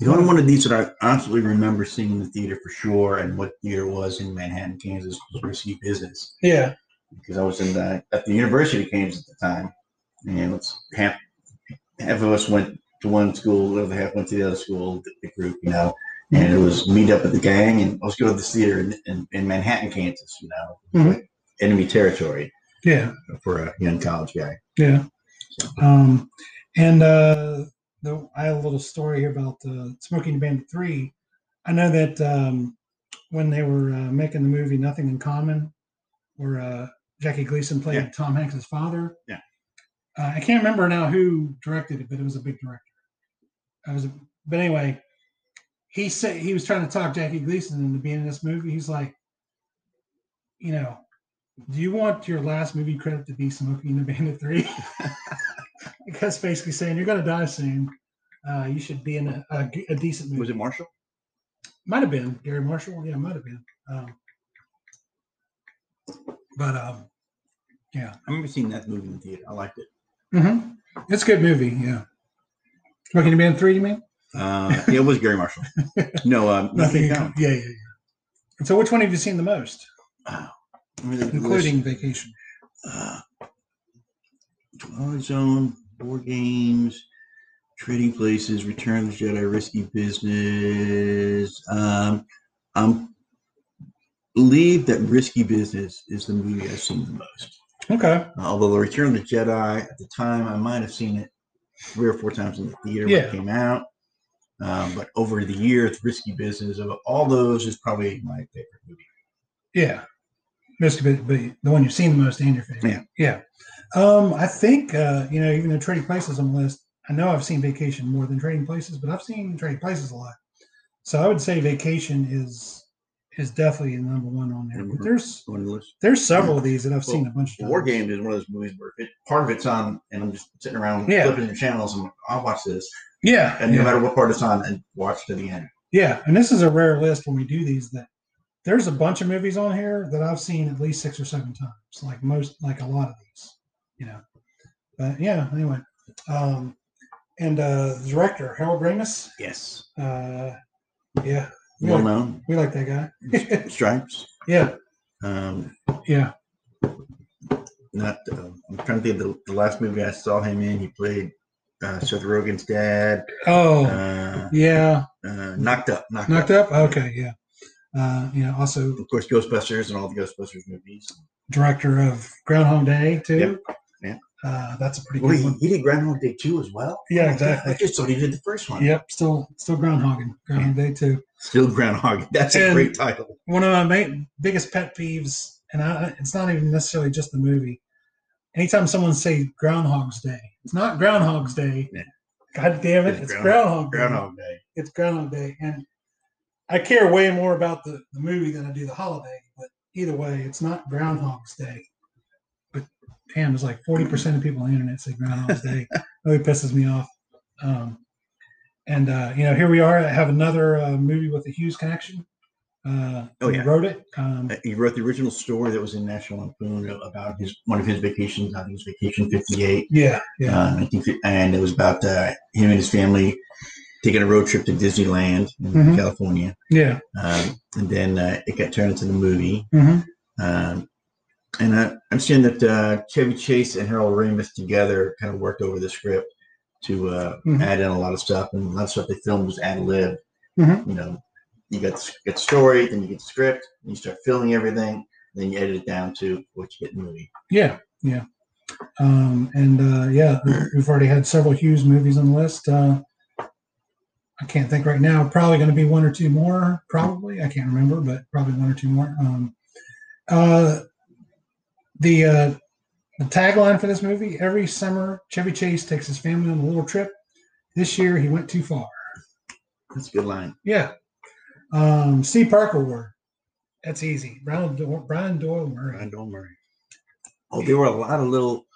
The only one of these that I absolutely remember seeing in the theater for sure, and what theater it was in Manhattan, Kansas, was Risky Business
yeah.
because I was in the at the University of Kansas at the time, and it's half half of us went to one school, the other half went to the other school, the, the group, you know. And it was meet up with the gang, and let's go to this theater in, in, in Manhattan, Kansas, you know,
Mhm.
enemy territory
Yeah.
for a young college guy.
Yeah. Um, and uh, the, I have a little story here about uh, Smoking the Bandit 3. I know that um, when they were uh, making the movie Nothing in Common, where uh, Jackie Gleason played
Yeah.
Tom Hanks' father.
Yeah.
Uh, I can't remember now who directed it, but it was a big director. I was, but anyway, he said he was trying to talk Jackie Gleason into being in this movie. He's like, you know, do you want your last movie credit to be Smoking the Bandit 3? because basically saying you're going to die soon. Uh, you should be in a, a g- a decent movie.
Was it Marshall?
Might have been Gary Marshall. Yeah, might have been. Um, but um, yeah,
I remember seeing that movie in the theater. I liked it.
hmm it's a good movie. Yeah, Smoking the Bandit 3, you mean?
Uh, yeah, it was Gary Marshall. No, um, nothing.
Yeah, yeah, yeah. And so, which one have you seen the most, including
Including
Vacation?
uh, Twilight Zone, board games, trading places, Return of the Jedi, risky business. Um, I believe that risky business is the movie I've seen the most.
Okay.
Although the Return of the Jedi at the time, I might have seen it three or four times in the theater when
Yeah.
it came out. Um, but over the years, risky business of all those is probably my favorite movie.
Yeah. Most of it, but the one you've seen the most and your favorite. Yeah. Yeah. Um, I think, uh, you know, even though Trading Places on the list, I know I've seen Vacation more than Trading Places, but I've seen Trading Places a lot. So I would say Vacation is is definitely the number one on there. But
Mhm.
there's
One of those.
there's several of these that I've seen a
Well,
bunch of times.
War Games is one of those movies where if it, part of it's on, and I'm just sitting around
Yeah.
flipping the channels, and I'll watch this,
Yeah.
and
yeah.
no matter what part it's on, and watch to the end.
Yeah, and this is a rare list when we do these that there's a bunch of movies on here that I've seen at least six or seven times, like most, like a lot of these, you know. But yeah, anyway, um, and uh, the director Harold Ramis,
Yes,
uh, yeah, we
well
like,
known
we like that guy.
Stripes.
yeah,
Um,
yeah,
not uh, I'm trying to think of the, the last movie I saw him in. He played uh, Seth Rogen's dad.
oh,
Uh,
yeah,
uh, knocked up, knocked,
knocked up. Okay, yeah, uh, you know, also
Of course, Ghostbusters and all the Ghostbusters movies.
director of Groundhog Day too.
yeah.
Uh, that's a pretty
Well,
good
he,
one.
he did Groundhog Day too as well.
Yeah,
I
exactly.
just thought he did the first one.
Yep, still still groundhogging. Groundhog Day too.
Still Groundhog. That's a
And-
great title.
One of my main, biggest pet peeves, and I, it's not even necessarily just the movie. Anytime someone say Groundhog's Day, it's not Groundhog's Day.
Yeah.
God damn it,
It's
it's Groundhog. Day.
Groundhog- Groundhog Day.
It's Groundhog Day, and I care way more about the, the movie than I do the holiday. But either way, it's not Groundhog's Day. But damn, there's like forty percent of people on the internet say Groundhog's Day. really pisses me off. Um, and uh, you know, here we are. I have another uh, movie with a Hughes connection. Uh,
Oh,
who
yeah.
wrote it. Um,
Uh, he wrote the original story that was in National Lampoon about his one of his vacations. I think it was Vacation 58.
yeah, yeah,
Uh, I think, and it was about uh, him and his family taking a road trip to Disneyland in
Mhm.
California.
yeah.
Um, and then uh, it got turned into the movie.
hmm
Um, and I, I'm seeing that uh, Chevy Chase and Harold Ramis together kind of worked over the script to uh,
Mhm.
add in a lot of stuff. And a lot of stuff they filmed was ad lib.
Mhm.
You know, you got the, s- get the story, then you get the script, and you start filming everything. Then you edit it down to what you get in the movie.
Yeah, yeah. Um, and uh, yeah, we've already had several Hughes movies on the list. Uh, I can't think right now. Probably going to be one or two more. Probably I can't remember, but probably one or two more. Um, uh, the uh, the tagline for this movie: Every summer, Chevy Chase takes his family on a little trip. This year, he went too far.
That's a good line.
Yeah. Um, Steve Parker Award. That's easy. Brian Doyle, Brian Doyle Murray.
Brian Doyle Murray. Oh, there were a lot of little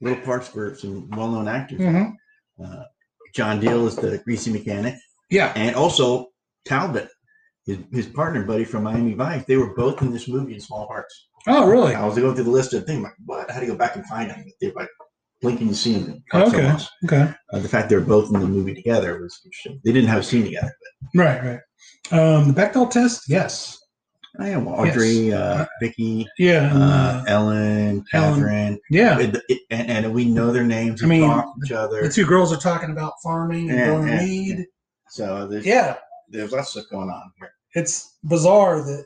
little parts for some well-known actors.
Mhm.
Uh, John Deal is the greasy mechanic,
Yeah.
and also Talbot, his, his partner buddy from Miami Vice. They were both in this movie in Small Parts.
Oh, really?
I was going through the list of things like, what? How do you go back and find them? They're like blinking, you see them.
Okay. Okay.
Uh, the fact they were both in the movie together was interesting. They didn't have a scene together.
Right. Right. Um, the Bechdel test. Yes.
But I am Audrey, uh, Vicky,
Yeah. and,
uh,
uh,
Ellen,
Ellen.
Catherine,
yeah.
It- it- and, and we know their names.
I
We
mean,
talk to each
The
other.
two girls are talking about farming and
Yeah,
growing
yeah,
weed.
So there's,
Yeah.
there's lots of stuff going on here.
it's bizarre that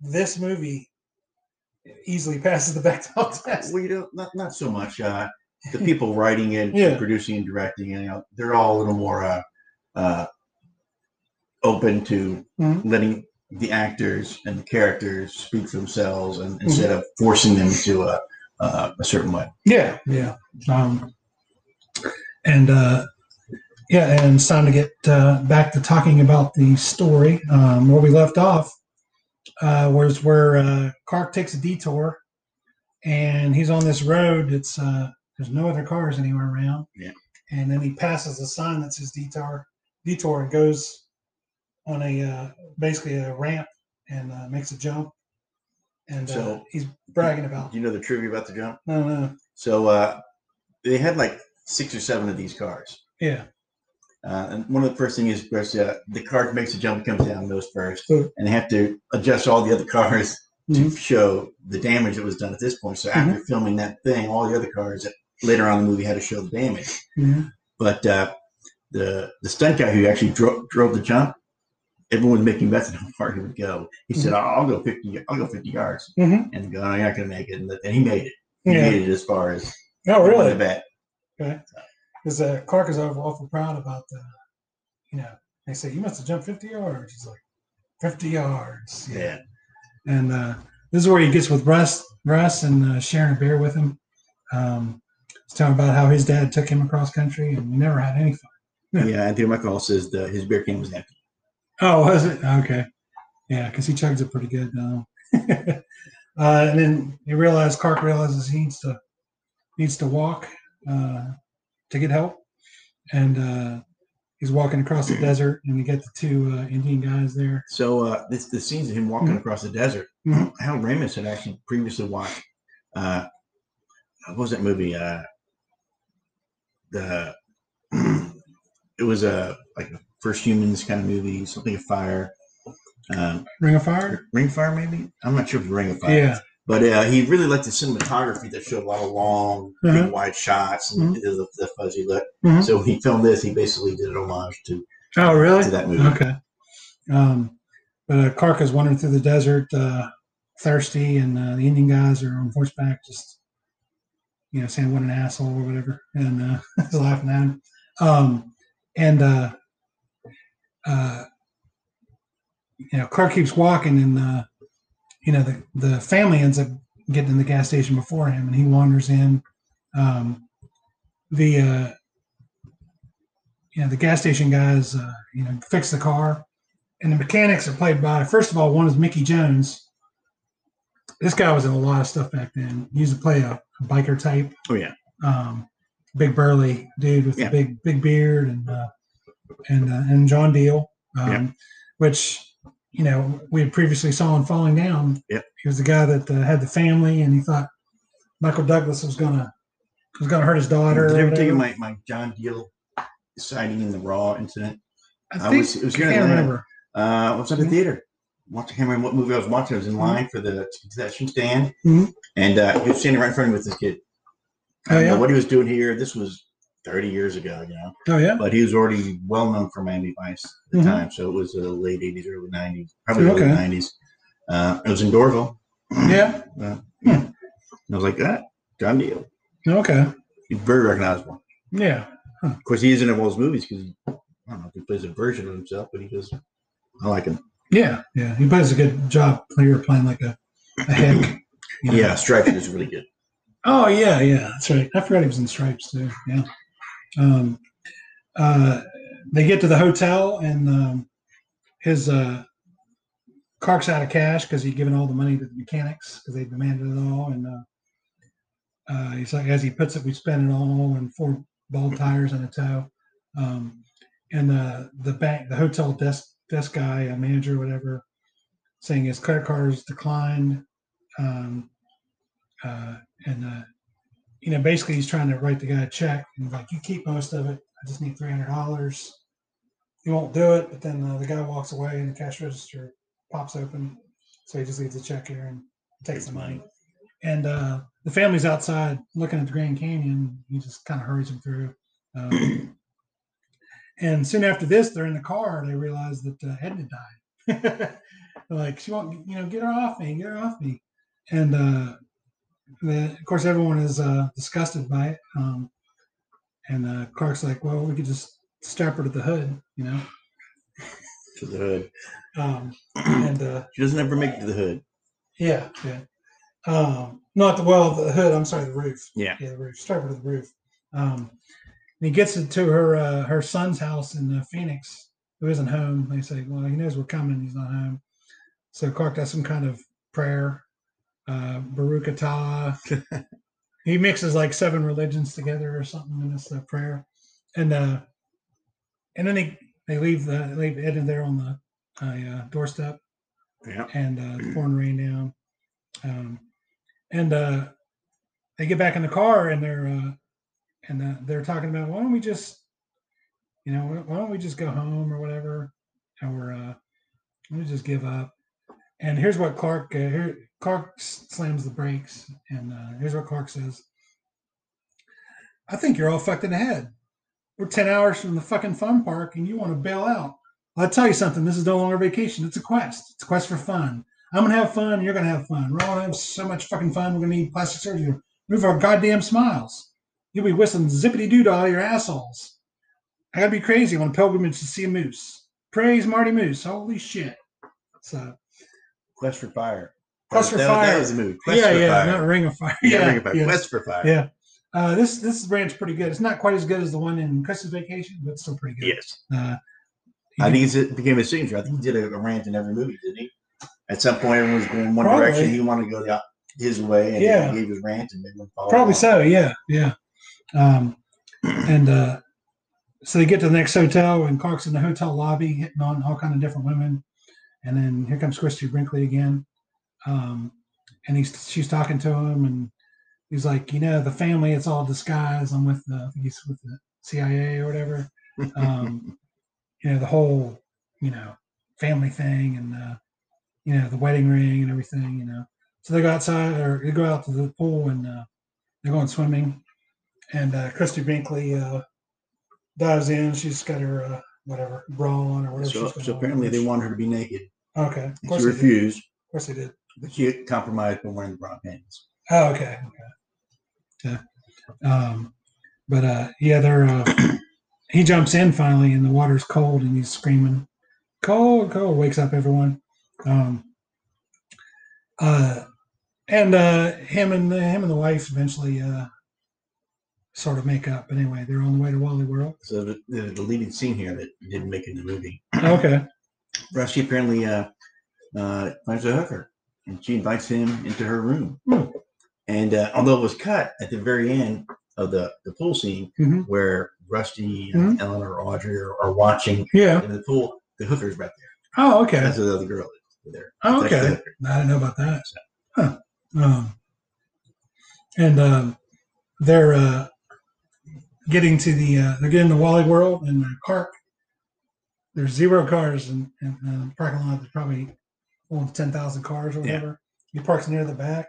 this movie easily passes the Bechdel test.
Well, you know, not not so much. Uh, the people writing it,
Yeah.
producing and directing, you know, they're all a little more uh, uh, open to
Mhm.
letting the actors and the characters speak for themselves, and instead of forcing them to a, uh, a certain way.
Yeah, yeah. Um, and uh, yeah, and it's time to get uh, back to talking about the story um, where we left off. Uh, was where uh, Clark takes a detour, and he's on this road. It's uh, there's no other cars anywhere around.
Yeah.
And then he passes a sign that says detour, detour, and goes on a uh, basically a ramp and uh, makes a jump. And uh,
So-
he's bragging about
You know the trivia about the jump.
no, no,
So uh, they had like six or seven of these cars.
yeah.
Uh, and one of the first things is, of course, uh, the car makes a jump, comes down nose first,
Mm.
and they have to adjust all the other cars
Mhm.
to show the damage that was done at this point. So
Mm-hmm.
after filming that thing, all the other cars that later on in the movie had to show the damage.
Mhm.
But uh, the the stunt guy who actually dro- drove the jump, everyone was making bets on how far he would go. He said,
Mm-hmm.
"I'll I'll go fifty, y- I'll go fifty yards,"
Mhm.
and they go, "I'm not going to make it." And, the- and he made it. He
Yeah.
made it as far as
Oh,
the
really?
bet.
Because uh, Clark is awful, awful proud about the, you know, they say, you must have jumped 50 yards. He's like, 50 yards.
Yeah.
And uh, this is where he gets with Russ, Russ and uh, sharing a beer with him. Um, he's talking about how his dad took him across country and he never had any fun. Yeah.
Yeah, Anthony Michael says the, his beer can was empty.
Oh, was it? Okay. Yeah, because he chugs it pretty good now. uh, and then he realizes, Clark realizes he needs to needs to walk uh, to get help. And uh, he's walking across the desert, and you get the two uh, Indian guys there.
So uh, this the scenes of him walking
Mhm.
across the desert.
Mhm.
Hal Ramis had actually previously watched. Uh, what was that movie? Uh, the it was a like a first humans kind of movie, something of fire, um,
Ring of Fire?
Ring of Fire maybe. I'm not sure if it was Ring of Fire.
Yeah.
But uh, he really liked the cinematography that showed a lot of long,
Mhm.
big, wide shots and the, the fuzzy look.
Mhm.
So when he filmed this, he basically did an homage to,
Oh, really?
to that movie.
Okay. Um, but uh, Clark is wandering through the desert, uh, thirsty, and uh, the Indian guys are on horseback, just you know, saying what an asshole or whatever, and uh, he's laughing at him. Um, and uh, uh, you know, Clark keeps walking, and uh, you know, the the family ends up getting in the gas station before him, and he wanders in. Um, the uh, you know the gas station guys uh, you know fix the car and the mechanics are played by first of all one is mickey jones this guy was in a lot of stuff back then he used to play a, a biker type
Oh, yeah.
um, big burly dude with
Yeah.
a big big beard and uh, and uh, and john deal um,
Yeah.
which you know we had previously saw him falling down
Yep.
he was the guy that uh, had the family and he thought michael douglas was gonna was gonna hurt his daughter
Did
or
I ever tell you
whatever.
my, my John Deal sighting in the Raw incident?
I,
I
think,
was- it was
I
here in
can't
Atlanta.
remember
Uh, I was at the
Mhm.
theater. Watching him and what movie I was watching. I
Mm-hmm.
was in line for the concession stand,
Mhm.
and uh, he was standing right in front of me with this kid. I
Oh,
don't know
yeah?
what he was doing here. This was 30 years ago, you know,
oh yeah
but he was already well known for Miami Vice at the
Mhm.
time. So it was the late 80s, early 90s, probably
Okay.
early 90s. Uh, it was in Dorville,
Yeah.
Uh, yeah. And I was like, ah, done deal.
Okay.
He's very recognizable.
Yeah.
Of course, he isn't in most movies because I don't know if he plays a version of himself, but he does. I like him.
Yeah. Yeah. He plays a good job player playing like a, a hick. you know.
Yeah, Striker is really good.
Oh yeah, yeah, that's right. I forgot he was in Stripes too. Yeah. Um, uh, they get to the hotel and um, his uh, Clark's out of cash because he'd given all the money to the mechanics because they demanded it all. And uh, uh, he's like, as he puts it, we spent it all on four ball tires and a tow. Um, and uh, the bank, the hotel desk desk guy, a manager, whatever, saying his credit card is declined. Um, uh, and uh, you know, basically, he's trying to write the guy a check and like, you keep most of it. I just need three hundred dollars. He won't do it, but then uh, the guy walks away, and the cash register pops open, so he just leaves the check here and takes the money. And uh, the family's outside looking at the Grand Canyon. He just kind of hurries them through. Um, and soon after this, they're in the car. They realize that uh, Edna died. They're like, she won't, you know, get her off me, get her off me. And uh, the, of course, everyone is uh, disgusted by it. Um, and uh, Clark's like, well, we could just strap her to the hood, you know?
To the hood.
Um, and uh,
She doesn't ever make it to the hood.
Yeah, yeah. Um, not the well, the hood. I'm sorry, the roof.
Yeah.
Yeah, the roof. Start with the roof. Um, and he gets it to her uh, her son's house in uh, Phoenix, who isn't home. They say, well, he knows we're coming. He's not home. So Clark does some kind of prayer, uh, Baruch atah. he mixes like seven religions together or something in this uh, prayer, and uh, and then they they leave the leave Ed in there on the uh, uh, doorstep
Yeah.
and uh, it's pouring rain down. Um, and uh, they get back in the car and they're uh, and uh, they're talking about why don't we just, you know, why- why don't we just go home or whatever, or uh, let me just give up. And here's what Clark uh, here Clark s- slams the brakes, and uh, here's what Clark says. I think you're all fucked in the head. We're ten hours from the fucking fun park, and you want to bail out. I'll tell you something. This is no longer vacation. It's a quest. It's a quest for fun. I'm gonna have fun. You're gonna have fun. We're all gonna have so much fucking fun. We're gonna need plastic surgery. to Move our goddamn smiles. You'll be whistling zippity doo to all your assholes. I gotta be crazy on a pilgrimage to see a moose. Praise Marty Moose. Holy shit. So
Quest for Fire.
Quest for
that,
Fire.
That was the movie. Quest
yeah,
for
yeah,
Fire.
not Ring of Fire.
yeah,
Yeah,
Ring of Fire.
yeah.
Quest for Fire.
yeah. Uh, this this brand's pretty good. It's not quite as good as the one in Christmas Vacation, but still pretty good.
Yes.
Uh,
I think he's- it became a signature. I think he did a, a rant in every movie, didn't he? At some point, everyone was going one direction.
Probably.
He wanted to go the, his way, and
Yeah.
he gave his rant, and everyone followed.
Probably
along.
so. Yeah, yeah. Um, and uh, so they get to the next hotel, and Clark's in the hotel lobby hitting on all kind of different women, and then here comes Christy Brinkley again, um, and he's she's talking to him, and he's like, you know, the family, it's all disguise. I'm with the I think he's with the CIA or whatever. Um, you know, the whole you know family thing, and uh, you know the wedding ring and everything. You know, so they go outside or they go out to the pool and. Uh, they're going swimming, and uh, Christy Binkley uh, dives in. She's got her uh, whatever bra on or whatever.
So,
she's got
so
on.
apparently, they wanted her to be naked.
Okay, of
She
course, they did. of
refused,
course they did.
but she compromised by wearing the brown pants.
Oh, okay, okay, yeah. Um, but uh, yeah, they're. Uh, he jumps in finally, and the water's cold, and he's screaming, "Cold, cold!" Wakes up everyone. Um, uh, and uh, him and the, him and the wife eventually uh, sort of make up. But anyway, they're on the way to Wally World.
So the, the deleted scene here that didn't make it in the movie.
Okay.
Rusty apparently uh, uh, finds a hooker, and she invites him into her room.
Hmm.
And uh, although it was cut at the very end of the, the pool scene,
Mhm.
where Rusty
Mhm.
and Ellen or Audrey are, are watching
Yeah.
in the pool, the hooker's back there.
Oh, okay.
That's where the other girl is there.
Oh,
That's the
okay.
hooker.
I didn't know about that. Huh. Um, and um, they're uh, getting to the uh, they're getting to Wally World and the park. There's zero cars in, in uh, the parking lot. There's probably well, ten thousand cars or
Yeah.
whatever. He parks near the back.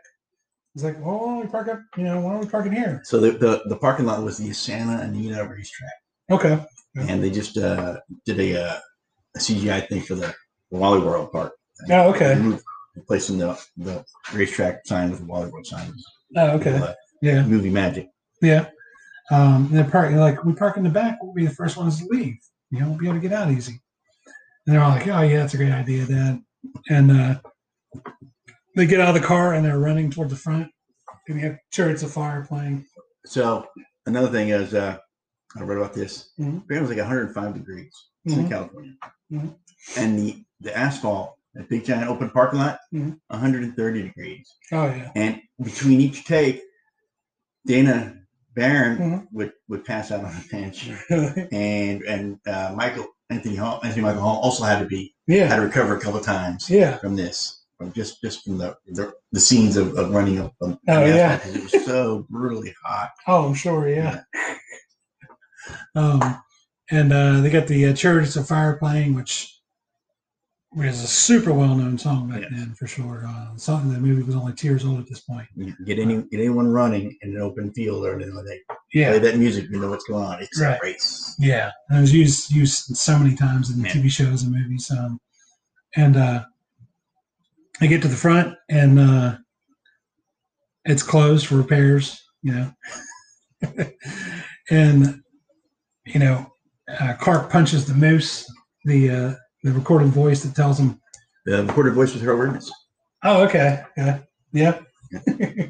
He's like, well, why don't we park up? You know, why don't we park in here?
So the, the, the parking lot was the Santa Anita racetrack.
Okay.
and they just uh, did a, uh, a CGI thing for the Wally World part.
Oh,
They
okay.
moved, replacing the, the racetrack sign with a waterboard sign.
Oh, okay.
Uh,
Yeah,
movie magic.
yeah. Um, and they're parking like we park in the back. We'll be the first ones to leave. You know, we'll be able to get out easy. And they're all like, "Oh yeah, that's a great idea, Dad." And uh, they get out of the car and they're running toward the front. And we have chariots of fire playing.
So another thing is, uh, I read about this.
Mhm.
It was like 105 degrees in
Mhm.
California,
Mhm.
and the the asphalt, that big giant open parking lot,
Mhm.
130 degrees.
Oh yeah,
And between each take, Dana Barron
Mhm.
would would pass out on a bench,
really?
and and uh, Michael Anthony Hall, Anthony Michael Hall also had to be had
Yeah,
to recover a couple of times
yeah.
from this, from just just from the the, the scenes of, of running up. Oh
Oh, yeah.
it was so brutally hot.
Oh, I'm sure, yeah. um, and uh, they got the uh, Chariots of Fire playing, which was a super well-known song back
Yes.
then, for sure. Uh, something that movie was only two years old at this point.
You can get any get anyone running in an open field or anything like that.
Yeah,
play that music, you know what's going on. It's
Right.
a race.
Yeah, and it was used used so many times in
Yeah.
TV shows and movies. Um, and uh, I get to the front, and uh, it's closed for repairs. You know, and you know, uh, Clark punches the moose, the uh, the recorded voice that tells him,
The recorded voice with her awareness.
"Oh, okay, yeah, yeah."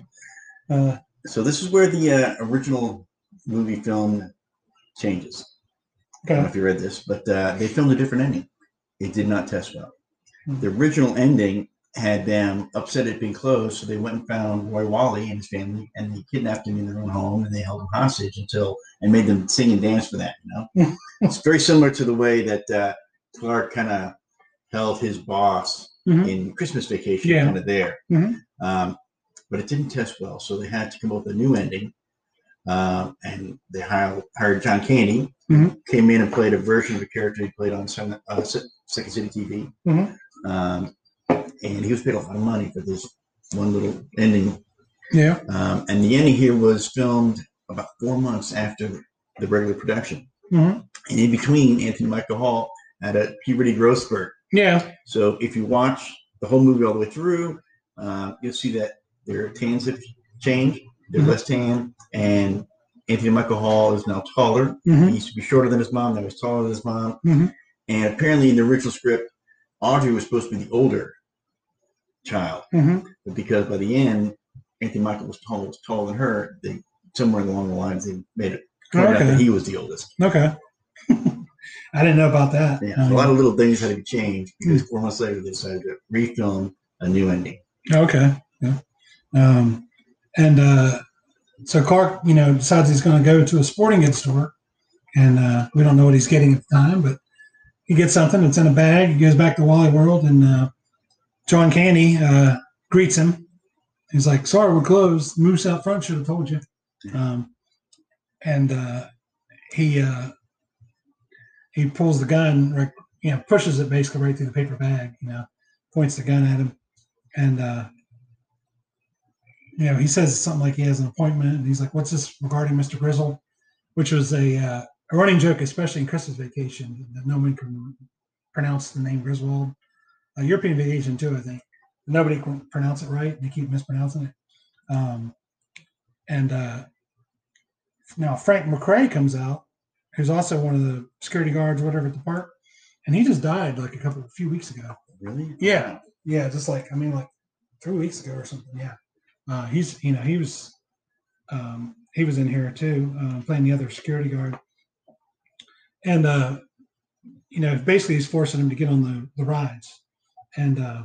uh,
So this is where the uh, original movie film changes. I don't know
okay.
if you read this, but uh, they filmed a different ending. It did not test well.
Hmm.
The original ending had them upset at being closed, so they went and found Roy Wally and his family, and they kidnapped him in their own home, and they held him hostage until and made them sing and dance for that. You know, it's very similar to the way that uh, Clark kind of held his boss
Mhm.
in Christmas Vacation,
Yeah.
kind of there.
Mhm.
Um, but it didn't test well, so they had to come up with a new ending, uh, and they hired, hired John Candy, came in and played a version of a character he played on Sun- uh, Se- Second City TV.
Mhm.
Um, and he was paid a lot of money for this one little ending.
Yeah.
Um, and the ending here was filmed about four months after the regular production.
Mhm.
And in between, Anthony Michael Hall had a puberty growth spurt.
Yeah.
So if you watch the whole movie all the way through, uh, you'll see that their tans have changed. They're
Mhm.
less tan, and Anthony Michael Hall is now taller.
hmm
He used to be shorter than his mom. Now he's taller than his mom.
Mhm.
And apparently, in the original script, Audrey was supposed to be the older child,
hmm
but because by the end, Anthony Michael was tall was taller than her. They somewhere along the lines they made it pointed out that
Okay.
he was the oldest.
Okay. I didn't know about that.
Yeah,
Um,
so a lot of little things had to be changed because
Hmm.
four months later they decided to refilm a new ending.
Okay. Yeah. Um, and uh, so Clark, you know, decides he's going to go to a sporting goods store, and uh, we don't know what he's getting at the time, but he gets something. It's in a bag. He goes back to Wally World, and uh, John Candy uh, greets him. He's like, "Sorry, we're closed. Moose out front should have told you." Um, and uh, he uh, he pulls the gun, right, you know, pushes it basically right through the paper bag. You know, points the gun at him and uh you know he says something like he has an appointment and he's like what's this regarding mr grizzle which was a uh, a running joke especially in christmas vacation that no one can pronounce the name griswold uh, european vacation too i think nobody can pronounce it right they keep mispronouncing it um and uh now frank mccrae comes out who's also one of the security guards whatever at the park and he just died like a couple a few weeks ago
Really?
yeah, Um, yeah, just like I mean, like three weeks ago or something. Yeah, uh, he's you know he was um, he was in here too uh, playing the other security guard, and uh, you know basically he's forcing him to get on the the rides, and uh,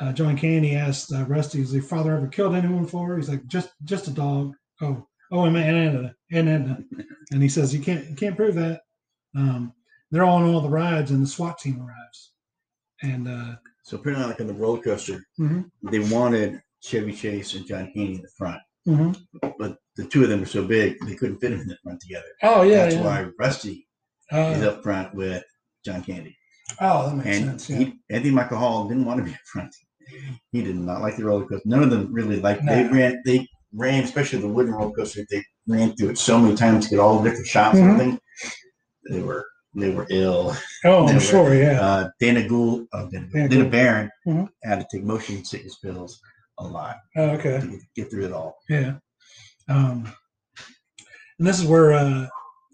uh, John Candy asked uh, Rusty, "Has your father ever killed anyone for?" her?" He's like, "Just just a dog." Oh, oh, and and Edna, and Edna, and he says, "You can't you can't prove that." Um, they're on all the rides, and the SWAT team arrives. And uh,
So apparently, like on the roller coaster,
Mhm.
they wanted Chevy Chase and John Candy in the front,
Mhm.
but the two of them were so big they couldn't fit them in the front together.
Oh yeah,
That's
yeah.
why Rusty is
Uh,
up front with John Candy.
oh, that makes
And
sense. Yeah.
he, Anthony Michael Hall didn't want to be up front. He did not like the roller coaster. None of them really liked. They
No.
ran. They ran, especially the wooden roller coaster. They ran through it so many times to get all the different shots
Mhm.
and everything. They were and they were ill.
Oh,
They
I'm
were-
sure. Yeah.
Uh, Dana Gould, oh, Dana,
Dana
Gould, Dana
Gould.
Barron
Mhm.
had to take motion sickness pills a lot
Oh, okay.
to get, get through it all.
Yeah. Um, and this is where uh,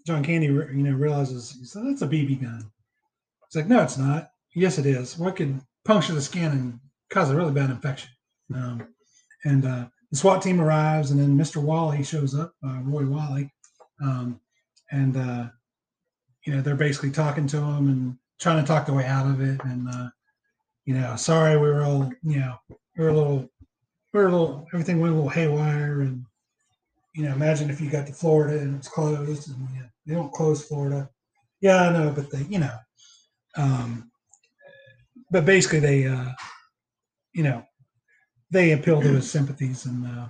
John Candy, re- you know, realizes he said, that's a BB gun. It's like, no, it's not. Yes, it is. What could puncture the skin and cause a really bad infection? Um, and uh, the SWAT team arrives, and then Mr. Wally shows up, uh, Roy Wally, um, and uh, you know they're basically talking to him and trying to talk their way out of it. And uh, you know, sorry, we were all, you know, we were a little we were a little everything went a little haywire and you know imagine if you got to florida and it's closed and you know, they don't close florida yeah i know but they you know um but basically they uh you know they appeal to his sympathies and uh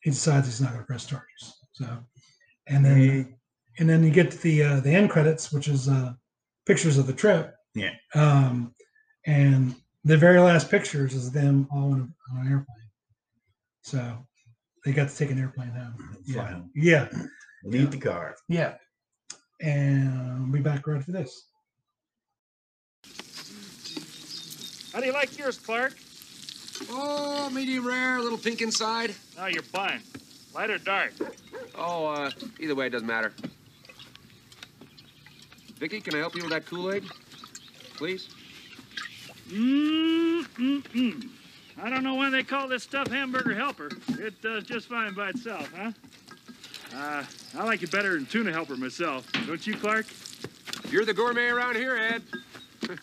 he decides he's not going to press charges so and then
Mm-hmm.
and then you get to the uh the end credits which is uh pictures of the trip
Yeah.
um and the very last pictures is them all on, a, on an airplane. So they got to take an airplane home.
Fly
Yeah.
home.
Yeah.
Leave the car.
Yeah. And we'll be back right after this.
How do you like yours, Clark?
Oh, medium rare, a little pink inside.
No, Oh, you're blind. Light or dark?
Oh, uh, either way, it doesn't matter. Vicky, can I help you with that Kool-Aid? Please?
Mm-mm-mm. I don't know why they call this stuff hamburger helper. It does just fine by itself, huh? Uh, I like it better than tuna helper myself. Don't you, Clark?
You're the gourmet around here, Ed.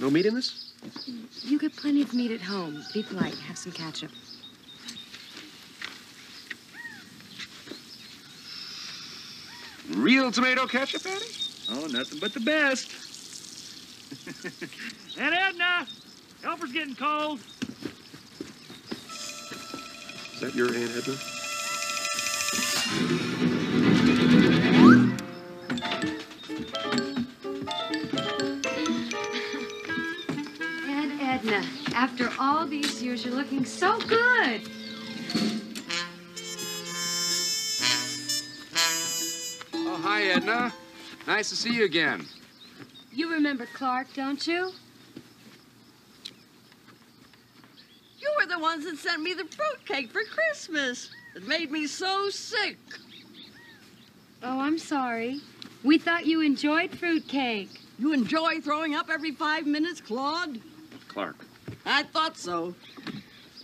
no meat in this?
You get plenty of meat at home. Be polite. Have some ketchup.
Real tomato ketchup, Eddie?
Oh, nothing but the best. and Edna, helper's getting cold.
Is that your Aunt Edna?
And Edna, after all these years, you're looking so good.
Oh, hi, Edna. Nice to see you again.
You remember Clark, don't you?
You were the ones that sent me the fruitcake for Christmas. It made me so sick.
Oh, I'm sorry. We thought you enjoyed fruitcake.
You enjoy throwing up every five minutes, Claude?
Clark.
I thought so.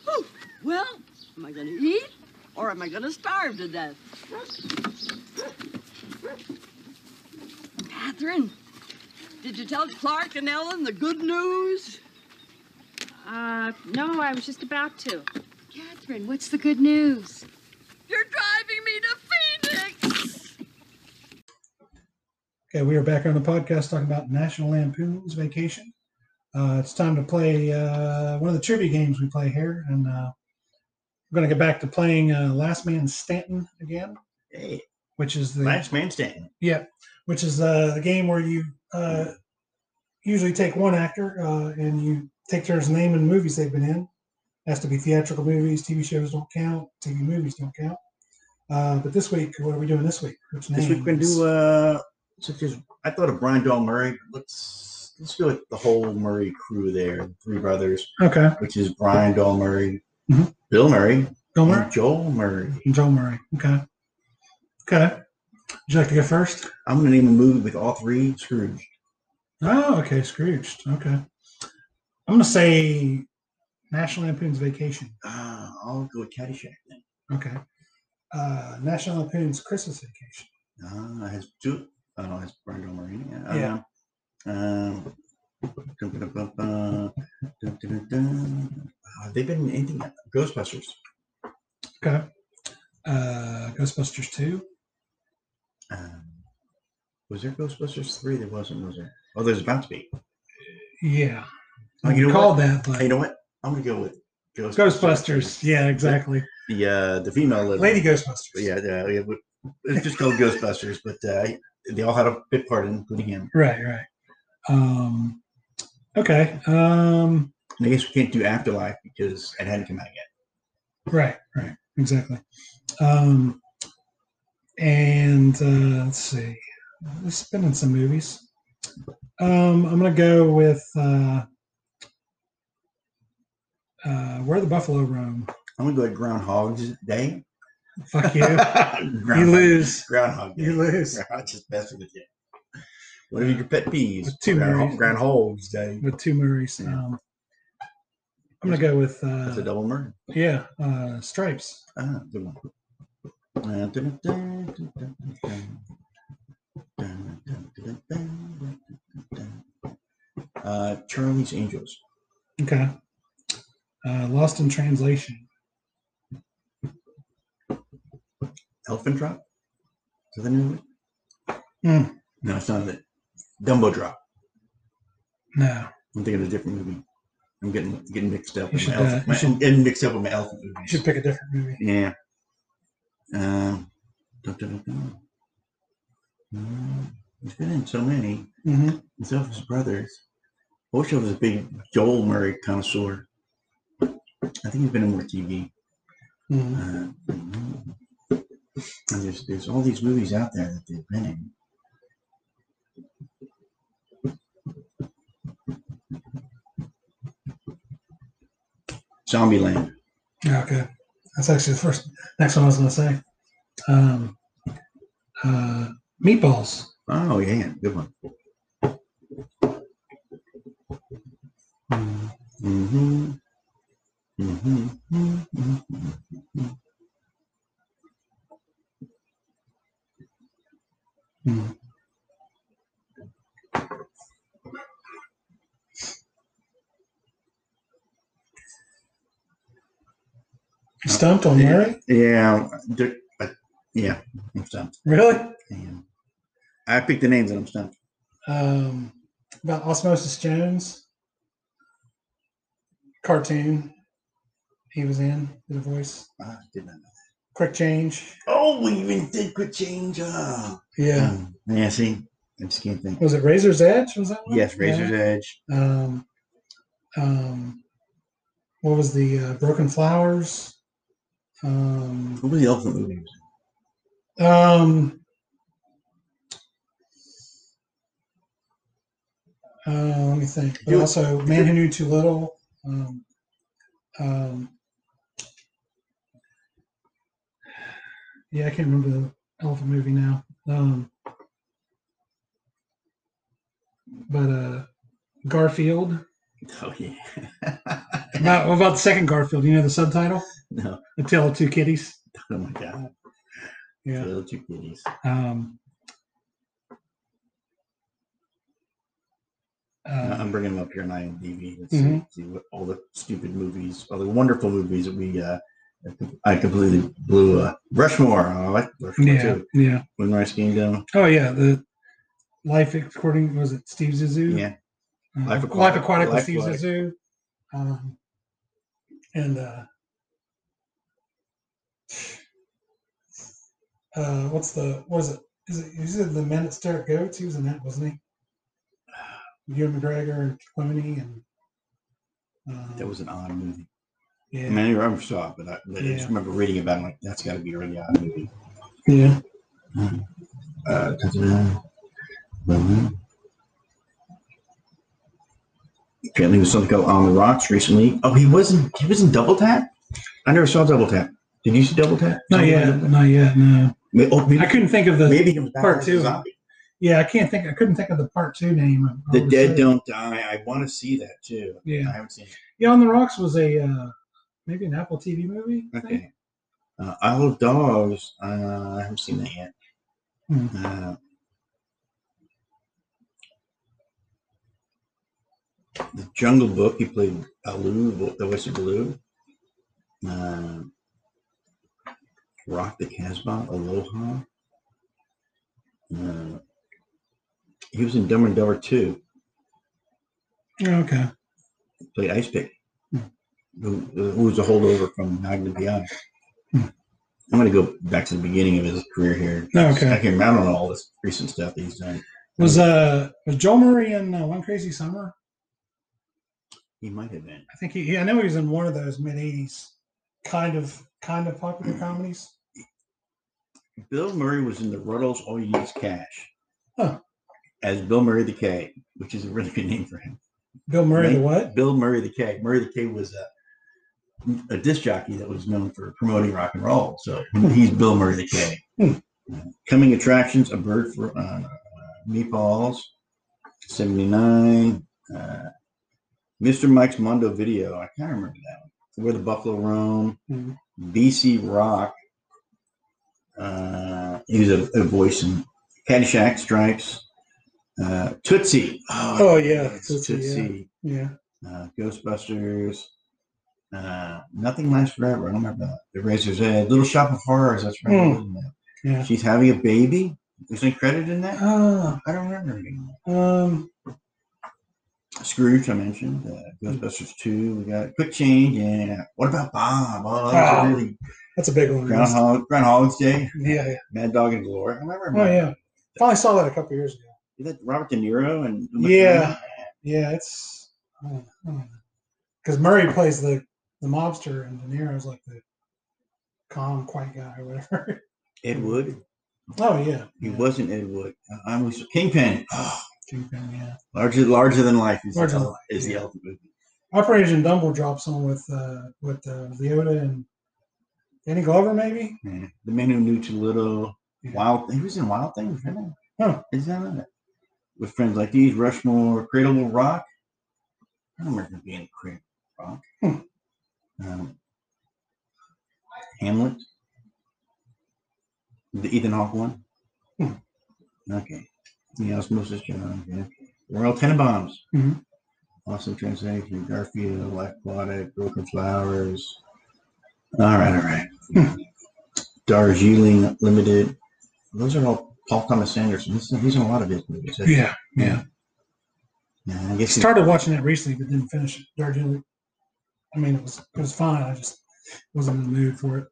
Whew. Well, am I going to eat or am I going to starve to death? Catherine, did you tell Clark and Ellen the good news?
Uh, no, I was just about to. Catherine, what's the good news?
You're driving me to Phoenix!
Okay, we are back on the podcast talking about National Lampoon's Vacation. Uh, it's time to play uh, one of the trivia games we play here, and uh, we're going to get back to playing uh, Last Man Stanton again,
Hey,
which is the
last man standing.
Yeah, which is uh, the game where you uh, usually take one actor uh, and you take turns naming movies they've been in. has to be theatrical movies. TV shows don't count. TV movies don't count. Uh, but this week, what are we doing this week? Which
This week we're gonna do uh, such as I thought of Brian Doll Murray. but Let's let's go with the whole Murray crew there, the three brothers,
okay,
which is Brian Doll Murray,
Mhm.
Bill Murray,
Bill
and
Murray
Joel Murray.
and Joel Murray. Okay, okay. Would you like to go first?
I'm gonna name a movie with all three Scrooge.
Oh, okay, Scrooged. Okay, I'm gonna say National Lampoon's Vacation.
Uh, I'll go with Caddyshack then.
Okay, uh, National Lampoon's Christmas Vacation.
Uh, it has two. Oh, it has Brian Doll Murray. in it. Uh,
Yeah.
Um, dun-ba-da-ba-ba, dun-dun-dun-dun. Uh, they've been in anything Ghostbusters.
Okay. Uh, Ghostbusters 2.
Um, was there Ghostbusters three? There wasn't, was there? Oh, there's about to be.
Yeah.
Oh,
I
you know
called that, but
Hey, you know what? I'm gonna go with
Ghostbusters. Yeah, exactly.
The uh, the female little
Lady Ghostbusters.
Yeah, yeah, yeah. but It's just called Ghostbusters, but uh, they all had a bit part in, it, including him.
Right, right. Um, okay. Um,
And I guess we can't do Afterlife because it hadn't come out yet.
right, right. exactly. Um, and uh, let's see, let's spin in some movies. Um, I'm gonna go with uh, uh, Where the Buffalo Roam.
I'm gonna go with Groundhog's Day.
Fuck you. you lose.
Groundhog Day.
You lose.
I just messing with you. What are your pet peeves?
With two
Groundhog,
Marys.
Groundhog's Day.
With two Murrays. Um, I'm gonna go with uh,
That's a double murder.
yeah, uh, Stripes.
Ah, good one. Uh, dun, dun, dun, dun, dun, dun. Dun, dun, dun, dun, dun, dun, dun, dun. Uh, Charlie's Angels.
Okay. Uh, Lost in Translation.
Elephant Drop? Is that the name of it?
Hmm.
No, it's not it. Dumbo Drop.
No,
I'm thinking of a different movie. I'm getting getting mixed up with
should,
my
uh,
elephant.
you
my-
should-
I'm getting mixed up with my elephant
you
movies.
should pick a different movie.
Yeah. Um, dun, dun, dun, dun. Mm, There's been in so many.
Mhm.
Himself and his brothers. Osho was a big Joel Murray connoisseur. I think he's been in more TV.
Mhm.
Uh, and there's, there's all these movies out there that they've been in. Zombieland.
Yeah, okay. That's actually the first next one I was gonna say. Um, uh, meatballs.
Oh yeah, good one. Mm-hmm. Mm-hmm. Mm-hmm. Oh.
You stumped on Murray?
Yeah, d- I- yeah, I'm stumped.
Really?
Damn. I picked the names and I'm stumped.
Um, about Osmosis Jones cartoon he was in, did a voice.
I did not know.
Quick change.
Oh, we even did quick change. Oh.
Yeah.
yeah, see, I just can't think.
Was it Razor's Edge? Was that one?
Hmm. Yes, Razor's
Yeah.
Edge.
Um, um, what was the uh, Broken Flowers? Um,
What was the elephant movie?
um, uh, let me think. But
You-
also, Man Who Knew Too Little. Um, um, yeah, I can't remember the elephant movie now. Um, but uh, Garfield.
Oh yeah.
About, what about the second Garfield? You know the subtitle?
No.
The Tale of Two Kitties.
Oh my God.
Yeah.
Little two kitties.
Um,
Uh,
uh,
I'm bringing them up here on IMDb. Let's see,
Mhm.
see what all the stupid movies, all the wonderful movies that we. Uh, I completely blew uh, Rushmore. I like Rushmore
yeah,
too.
yeah.
Moonrise Kingdom.
Oh yeah, the life according was it Steve Zissou?
Yeah.
Uh,
Life
Life
Aquatic-
Aquatic, with
Life
Steve
Aquatic.
Zissou. Um, and uh, uh, what's the was it? Is it is it the Men That Stare at Goats? He was in that, wasn't he? Ewan McGregor and Clooney and. Um,
That was an odd movie. I
yeah.
mean, I never saw it, but I, but I
Yeah.
just remember reading about it. Like, that's got to be a really odd movie.
Yeah.
Uh, ta-ta. Mhm. Apparently, it was something called On the Rocks recently. Oh, he wasn't. He was in Double Tap. I never saw Double Tap. Did you see Double Tap?
Not
Something like
yet.
Double Tap?
Not yet. No.
May- oh,
I
maybe,
couldn't think of the
Oh, maybe he was back
part
as a
two.
zombie.
Yeah, I can't think. I couldn't think of the part two name. of-
The
of
Dead
show.
Don't Die. I want to see that too. I
Yeah.
haven't seen it.
Yeah, on the rocks was a uh, maybe an Apple TV movie. I think.
Okay. Uh, Isle of Dogs. Uh, I haven't seen that yet.
Hmm.
Uh, the Jungle Book. He played Baloo, the Wizard Baloo. Uh, Rock the Casbah, Aloha. Uh, he was in Dumb and Dumber 2.
Yeah, Okay.
Played Ice Pick,
Hmm.
who, who was a holdover from Magna Bianca.
Hmm.
I'm going to go back to the beginning of his career here.
Okay.
I can I don't know all this recent stuff that he's done.
Was uh was Joel Murray in uh, One Crazy Summer?
He might have been.
I think he. Yeah, I know he was in one of those mid '80s kind of kind of popular comedies?
Bill Murray was in the Ruddles All You Need Is Cash
Huh.
as Bill Murray the K, which is a really good name for him.
Bill Murray the
Right?
what?
Bill Murray the K. Murray the K was a, a disc jockey that was known for promoting rock and roll. So he's Bill Murray the K. Coming attractions: A Bird for uh, Meatballs, '79. Uh, Mr. Mike's Mondo Video. I kind of remember that one. Where the Buffalo Roam.
Mhm.
BC Rock. Uh, he was a, a voice in Caddyshack Stripes. Uh, Tootsie.
Oh, yeah,
yes,
Tootsie, yeah. Yeah.
Uh, Ghostbusters. Uh, Nothing Lasts Forever. I don't remember that. The Razor's Edge. Little Shop of Horrors. That's right.
Hmm.
wasn't it?
Yeah.
She's having a baby. Is there credit in that?
Uh,
I don't remember. anymore.
um,
Scrooge, I mentioned. Uh, Ghostbusters 2. We got Quick Change. Yeah. What about Bob? Oh,
Ah,
that's a really
that's a big one.
Groundhog, Groundhog's Day.
Yeah, yeah.
Mad Dog and Glory. I remember.
Oh yeah. Finally saw that a couple years ago.
Is that Robert De Niro and
Yeah. Yeah, it's because Murray plays the the mobster and De Niro's like the calm, quiet guy or whatever.
Ed Wood?
oh yeah.
He wasn't Ed Wood. I- I'm with Kingpin.
Kingpin, yeah.
larger, larger than life is,
Larger
the,
than
el- is the elephant movie.
Operation Dumble drops on with uh with uh, Leota and Danny Glover maybe.
Yeah. The man who knew too little.
Yeah.
Wild. He was in Wild Things. Right?
Huh.
Is that on it? With friends like these, Rushmore, Cradle Will Rock. I don't remember him being in Cradle Will Rock.
Hmm.
Um, Hamlet. The Ethan Hawke one.
Hmm.
Okay. The Osmosis John. Yeah. Royal Tenenbaums.
Mhm.
Awesome Translation. Garfield, Life Aquatic, Broken Flowers. All right, all right. Darjeeling Limited. Those are all Paul Thomas Anderson. He's, he's in a lot of his movies. isn't he?
Yeah, yeah.
Yeah, I
I
guess he-
started watching that recently but didn't finish it. Darjeeling. I mean it was it was fine. I just wasn't in the mood for it.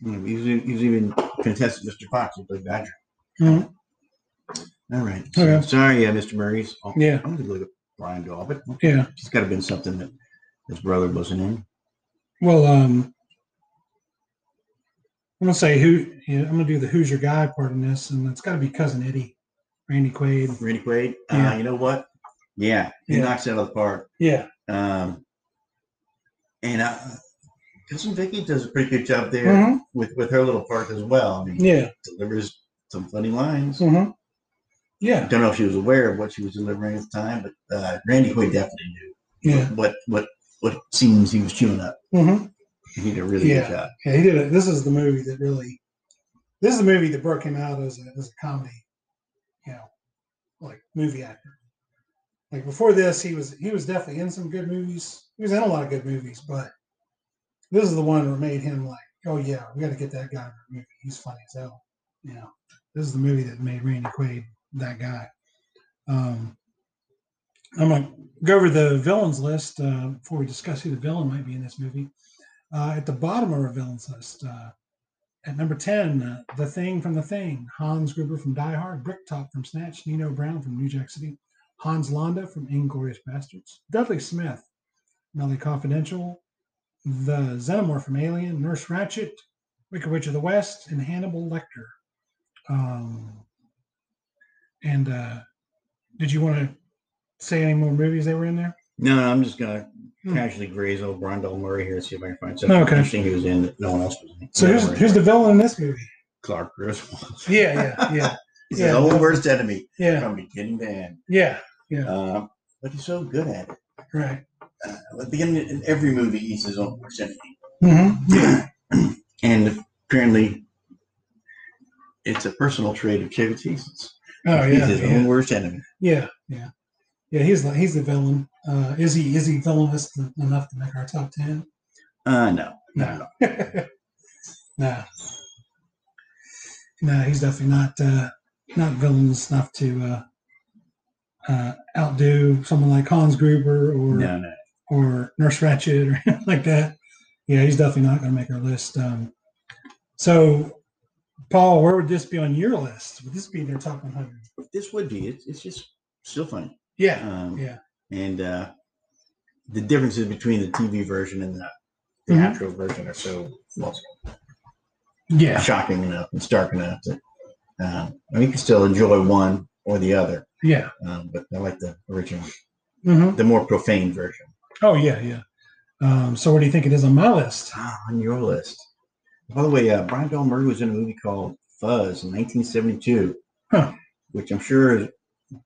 you know, he's, e- he's even contested Mr. Fox. He played Badger.
Mhm.
All right.
Okay.
Sorry, yeah, Mr. Murray's. Oh,
Yeah.
I'm going to look at Brian Dalbert.
Yeah.
It's got to have been something that his brother wasn't in.
Well, um, I'm gonna say who. Yeah, I'm gonna do the "Who's Your Guy" part in this, and it's got to be Cousin Eddie, Randy Quaid.
Randy Quaid.
Yeah.
Uh, you know what? Yeah. He
Yeah.
knocks it out of the park.
Yeah,
Um, and uh, Cousin Vicky does a pretty good job there
Mhm.
with, with her little part as well. I mean,
yeah,
delivers some funny lines.
hmm yeah,
don't know if she was aware of what she was delivering at the time, but uh, Randy Quaid definitely knew
yeah,
what what what scenes he was chewing up.
hmm
He did a really
Yeah.
good job.
yeah. He did it. This is the movie that really. This is the movie that broke him out as a, as a comedy, you know, like movie actor. Like before this, he was he was definitely in some good movies. He was in a lot of good movies, but this is the one that made him like, oh yeah, we got to get that guy in our movie. He's funny as hell. You know, this is the movie that made Randy Quaid that guy. Um, I'm gonna go over the villains list uh, before we discuss who the villain might be in this movie. Uh, at the bottom of our villains list, uh, at number ten, uh, the Thing from the Thing, Hans Gruber from Die Hard, Bricktop from Snatch, Nino Brown from New Jack City, Hans Landa from Inglorious Bastards, Dudley Smith, Melly Confidential, the Xenomorph from Alien, Nurse Ratchet, Wicked Witch of the West, and Hannibal Lecter. Um, and uh, did you want to say any more movies they were in there?
No, no, I'm just gonna
Hmm.
casually graze over Brondell Murray here and see if I can find something
Okay.
interesting he was in that no one else was in.
So
Yeah,
who's
right.
who's the villain in this movie?
Clark Griswold.
Yeah, yeah, yeah,
He's
Yeah,
his own
definitely.
worst enemy
yeah,
from beginning to end.
yeah. Yeah.
Uh, but he's so good at it.
Right.
Uh, at the beginning in every movie, he's his own worst enemy.
Mm-hmm.
and apparently, it's a personal trait of Chevy Cheese.
Oh
he's
yeah,
his
yeah,
own worst enemy.
yeah, yeah, yeah. He's the he's the villain. Uh, is he is he villainous enough to make our top ten?
Uh, no.
No. no. No, he's definitely not uh, not villainous enough to uh, uh, outdo someone like Hans Gruber or
No, no.
or Nurse Ratchet or anything like that. Yeah, he's definitely not going to make our list. Um, so, Paul, where would this be on your list? Would this be in your top 100?
This would be. It's, it's just still funny.
Yeah,
Um,
yeah,
And uh, the differences between the TV version and the the
Mhm.
actual version are so well,
Yeah.
shocking enough and stark enough that um, I mean, you can still enjoy one or the other.
Yeah.
Um, but I like the original,
Mhm.
the more profane version.
Oh yeah, yeah. Um, so what do you think it is on my list?
Ah, on your list. By the way, uh, Brian Bell Murray was in a movie called Fuzz in 1972, which I'm sure is-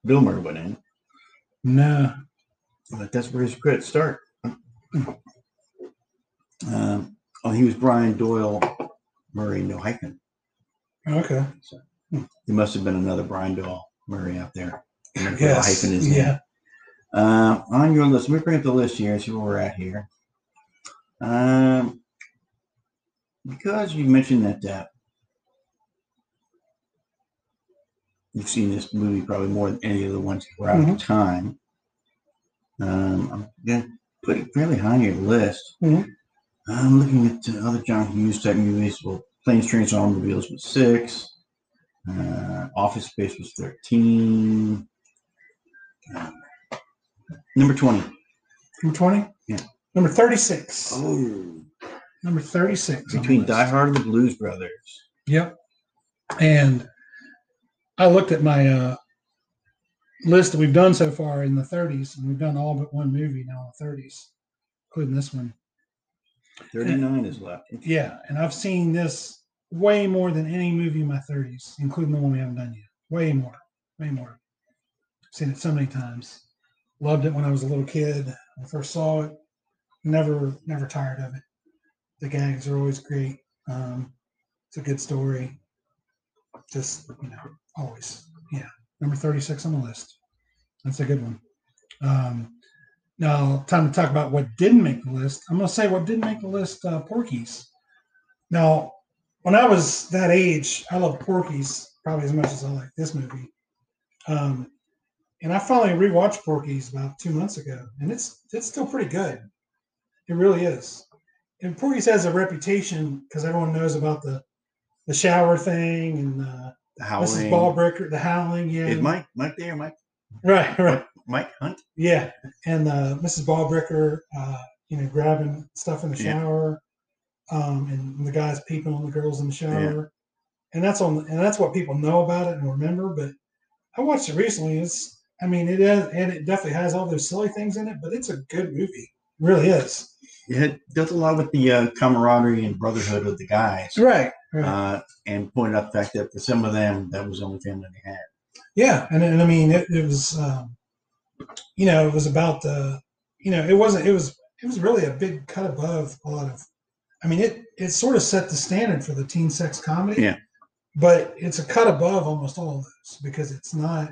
Bill Murray went in.
No.
But that's where his credits start. Um, oh, he was Brian Doyle Murray, no hyphen.
Okay.
There must have been another Brian Doyle Murray out there. No
Yes,
hyphen is
yeah.
Um, on your list, let me bring up the list here and see where we're at here. Um, because you mentioned that uh, you've seen this movie probably more than any of the ones that were out at
Mhm.
the time. Um, I'm gonna put it fairly high on your list.
Mhm.
I'm looking at uh, other John Hughes type movies. Well, Planes, Trains, and Automobiles was six. Uh, Office Space was thirteen. Uh, number twenty.
Number twenty.
Yeah.
Number thirty-six.
Oh.
Number thirty-six. on the
Between
list.
Die Hard and the Blues Brothers.
Yep. And I looked at my uh, list that we've done so far in the 30s, and we've done all but one movie now in the 30s, including this one.
Thirty-nine is left.
Yeah, and I've seen this way more than any movie in my 30s, including the one we haven't done yet. Way more, way more. Seen it so many times. Loved it when I was a little kid. When I first saw it. Never, never tired of it. The gags are always great. Um, it's a good story. Just you know, always. Yeah, number 36 on the list. That's a good one. Um, now, time to talk about what didn't make the list. I'm going to say what didn't make the list uh, Porky's. Now, when I was that age, I loved Porky's probably as much as I like this movie. Um, and I finally rewatched Porky's about two months ago, and it's it's still pretty good. It really is. And Porky's has a reputation because everyone knows about the the shower thing and uh,
The
Mrs.
Howling.
Ballbreaker, the howling. Yeah,
Is Mike Mike there? Mike
Right, right.
Mike Hunt.
Yeah, and uh, Mrs. Ballbricker, uh, you know, grabbing stuff in the
Yeah.
shower, um, and the guys peeping on the girls in the shower, and that's on, and that's what people know about it and remember. But I watched it recently. It's, I mean, it is, and it definitely has all those silly things in it, but it's a good movie. Really is.
Yeah, it does a lot with the uh, camaraderie and brotherhood of the guys.
Right.
Uh, and pointed out the fact that for some of them, that was the only family they had.
Yeah, and, and I mean, it, it was, um, you know, it was about the, you know, it wasn't, it was, it was really a big cut above a lot of, I mean, it it sort of set the standard for the teen sex comedy.
Yeah.
But it's a cut above almost all of those because it's not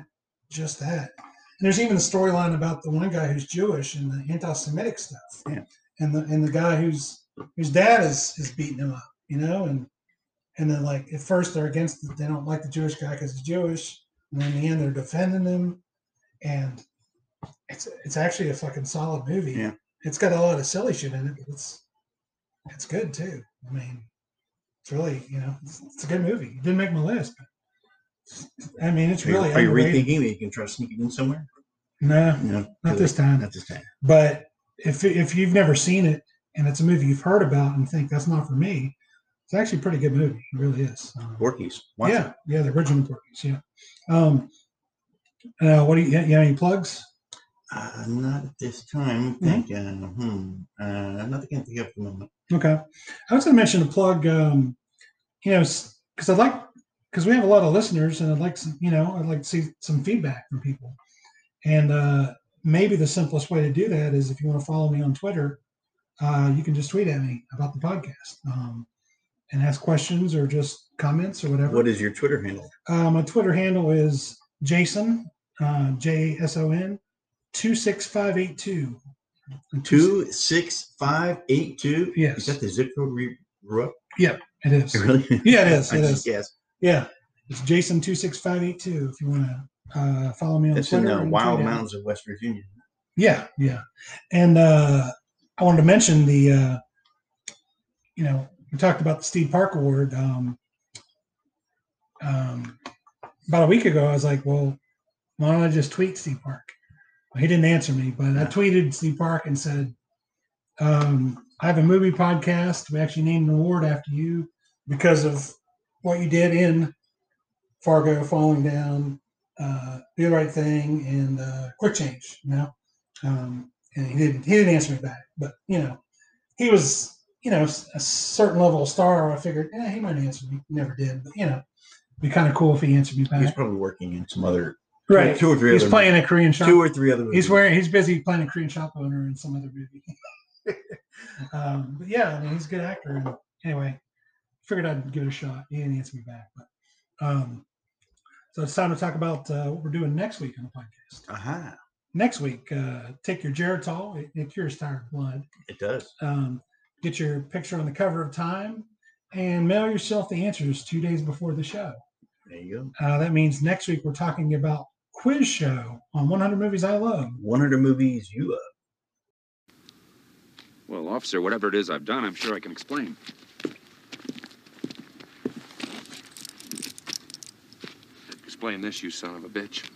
just that. And there's even a storyline about the one guy who's Jewish and the anti-Semitic stuff,
Yeah.
and the and the guy who's whose dad is is beating him up, you know, and and then like at first they're against the, they don't like the Jewish guy because he's Jewish, and in the end they're defending him, and it's it's actually a fucking solid movie.
Yeah.
It's got a lot of silly shit in it, but it's it's good too. I mean, it's really you know it's, it's a good movie. It didn't make my list, but I mean it's
Are you-
really
are you
underrated.
rethinking that you can try to sneak it in somewhere?
No,
No,
not this time.
Not this time.
But if if you've never seen it and it's a movie you've heard about and think that's not for me, it's actually a pretty good movie. It really is. Um,
Porky's. Watch
yeah, yeah, the original Porky's. Yeah. Um, uh, what do you? You have any plugs?
Uh, not at this time. Thank you. Hmm. Uh, nothing I can think of at the moment.
Okay. I was going to mention a plug, um, you know, because I'd like, because we have a lot of listeners and I'd like some, you know, I'd like to see some feedback from people. And uh, maybe the simplest way to do that is if you want to follow me on Twitter, uh, you can just tweet at me about the podcast um, and ask questions or just comments or whatever.
What is your Twitter handle?
Uh, my Twitter handle is Jason, uh, J A S O N, 26582.
Two six five eight two.
Yes.
Is that the zip code we wrote?
Yeah, it is.
Really?
Yeah, it is.
I
It
just
is.
guessed.
Yeah, it's Jason two six five eight two. If you want to uh, follow me on
That's in
Twitter, Uh-huh.
the
and
wild
tweet at me.
mountains of West Virginia.
Yeah, yeah, and uh, I wanted to mention the, uh, you know, we talked about the Steve Park Award. Um, um, about a week ago, I was like, well, why don't I just tweet Steve Park? Well, he didn't answer me, but I tweeted Steve Park and said, um, I have a movie podcast. We actually named an award after you because of what you did in Fargo, Falling Down, uh, Do the Right Thing, and uh, Quick Change. You know, um, and he didn't he didn't answer me back, but you know, he was you know a certain level of star. I figured yeah, he might answer me. He never did, but you know, it'd be kind of cool if he answered me back.
He's probably working in some other
Right.
two or three.
He's
other
playing a Korean shop.
Two or three other.
He's wearing. He's busy playing a Korean shop owner in some other movie. um, but yeah, I mean, he's a good actor. And anyway, figured I'd give it a shot. He didn't answer me back, but um, so it's time to talk about uh, what we're doing next week on the podcast.
Uh-huh.
Next week, uh, take your Geritol. It, it cures tired blood.
It does.
Um, get your picture on the cover of Time, and mail yourself the answers two days before the show.
There you go.
Uh, that means next week we're talking about quiz show on 100 movies I love.
100 movies you love.
Well, officer, whatever it is I've done, I'm sure I can explain. Explain this, you son of a bitch.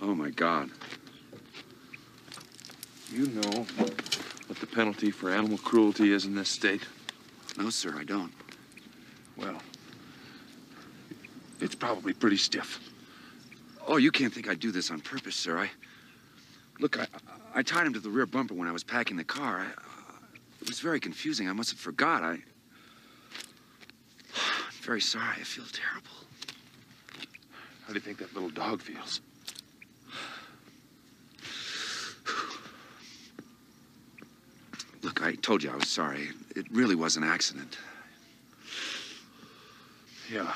Oh my God.
You know what the penalty for animal cruelty is in this state?
No, sir, I don't.
Well, it's probably pretty stiff.
Oh, you can't think I do this on purpose, sir. I look, I I tied him to the rear bumper when I was packing the car. I, it was very confusing. I must have forgot. I. I'm very sorry. I feel terrible.
How do you think that little dog feels?
Look, I told you I was sorry. It really was an accident.
Yeah.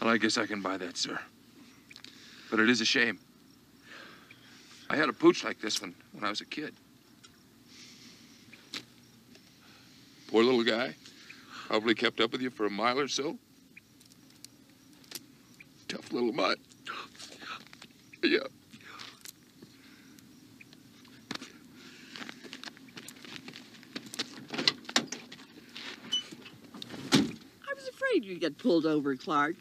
Well, I guess I can buy that, sir. But it is a shame. I had a pooch like this one when I was a kid. Poor little guy. Probably kept up with you for a mile or so. Tough little mutt. Yeah.
I was afraid you'd get pulled over, Clark.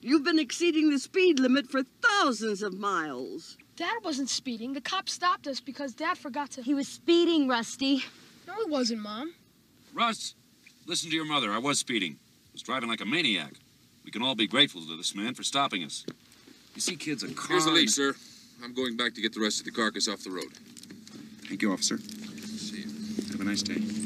You've been exceeding the speed limit for thousands of miles.
Dad wasn't speeding. The cop stopped us because Dad forgot to. He
was speeding, Rusty.
No, he wasn't, Mom.
Russ, listen to your mother. I was speeding. I was driving like a maniac. We can all be grateful to this man for stopping us. You see, kids, a car.
Here's the lead, sir. I'm going back to get the rest of the carcass off the road.
Thank you, officer. See you. Have a nice day.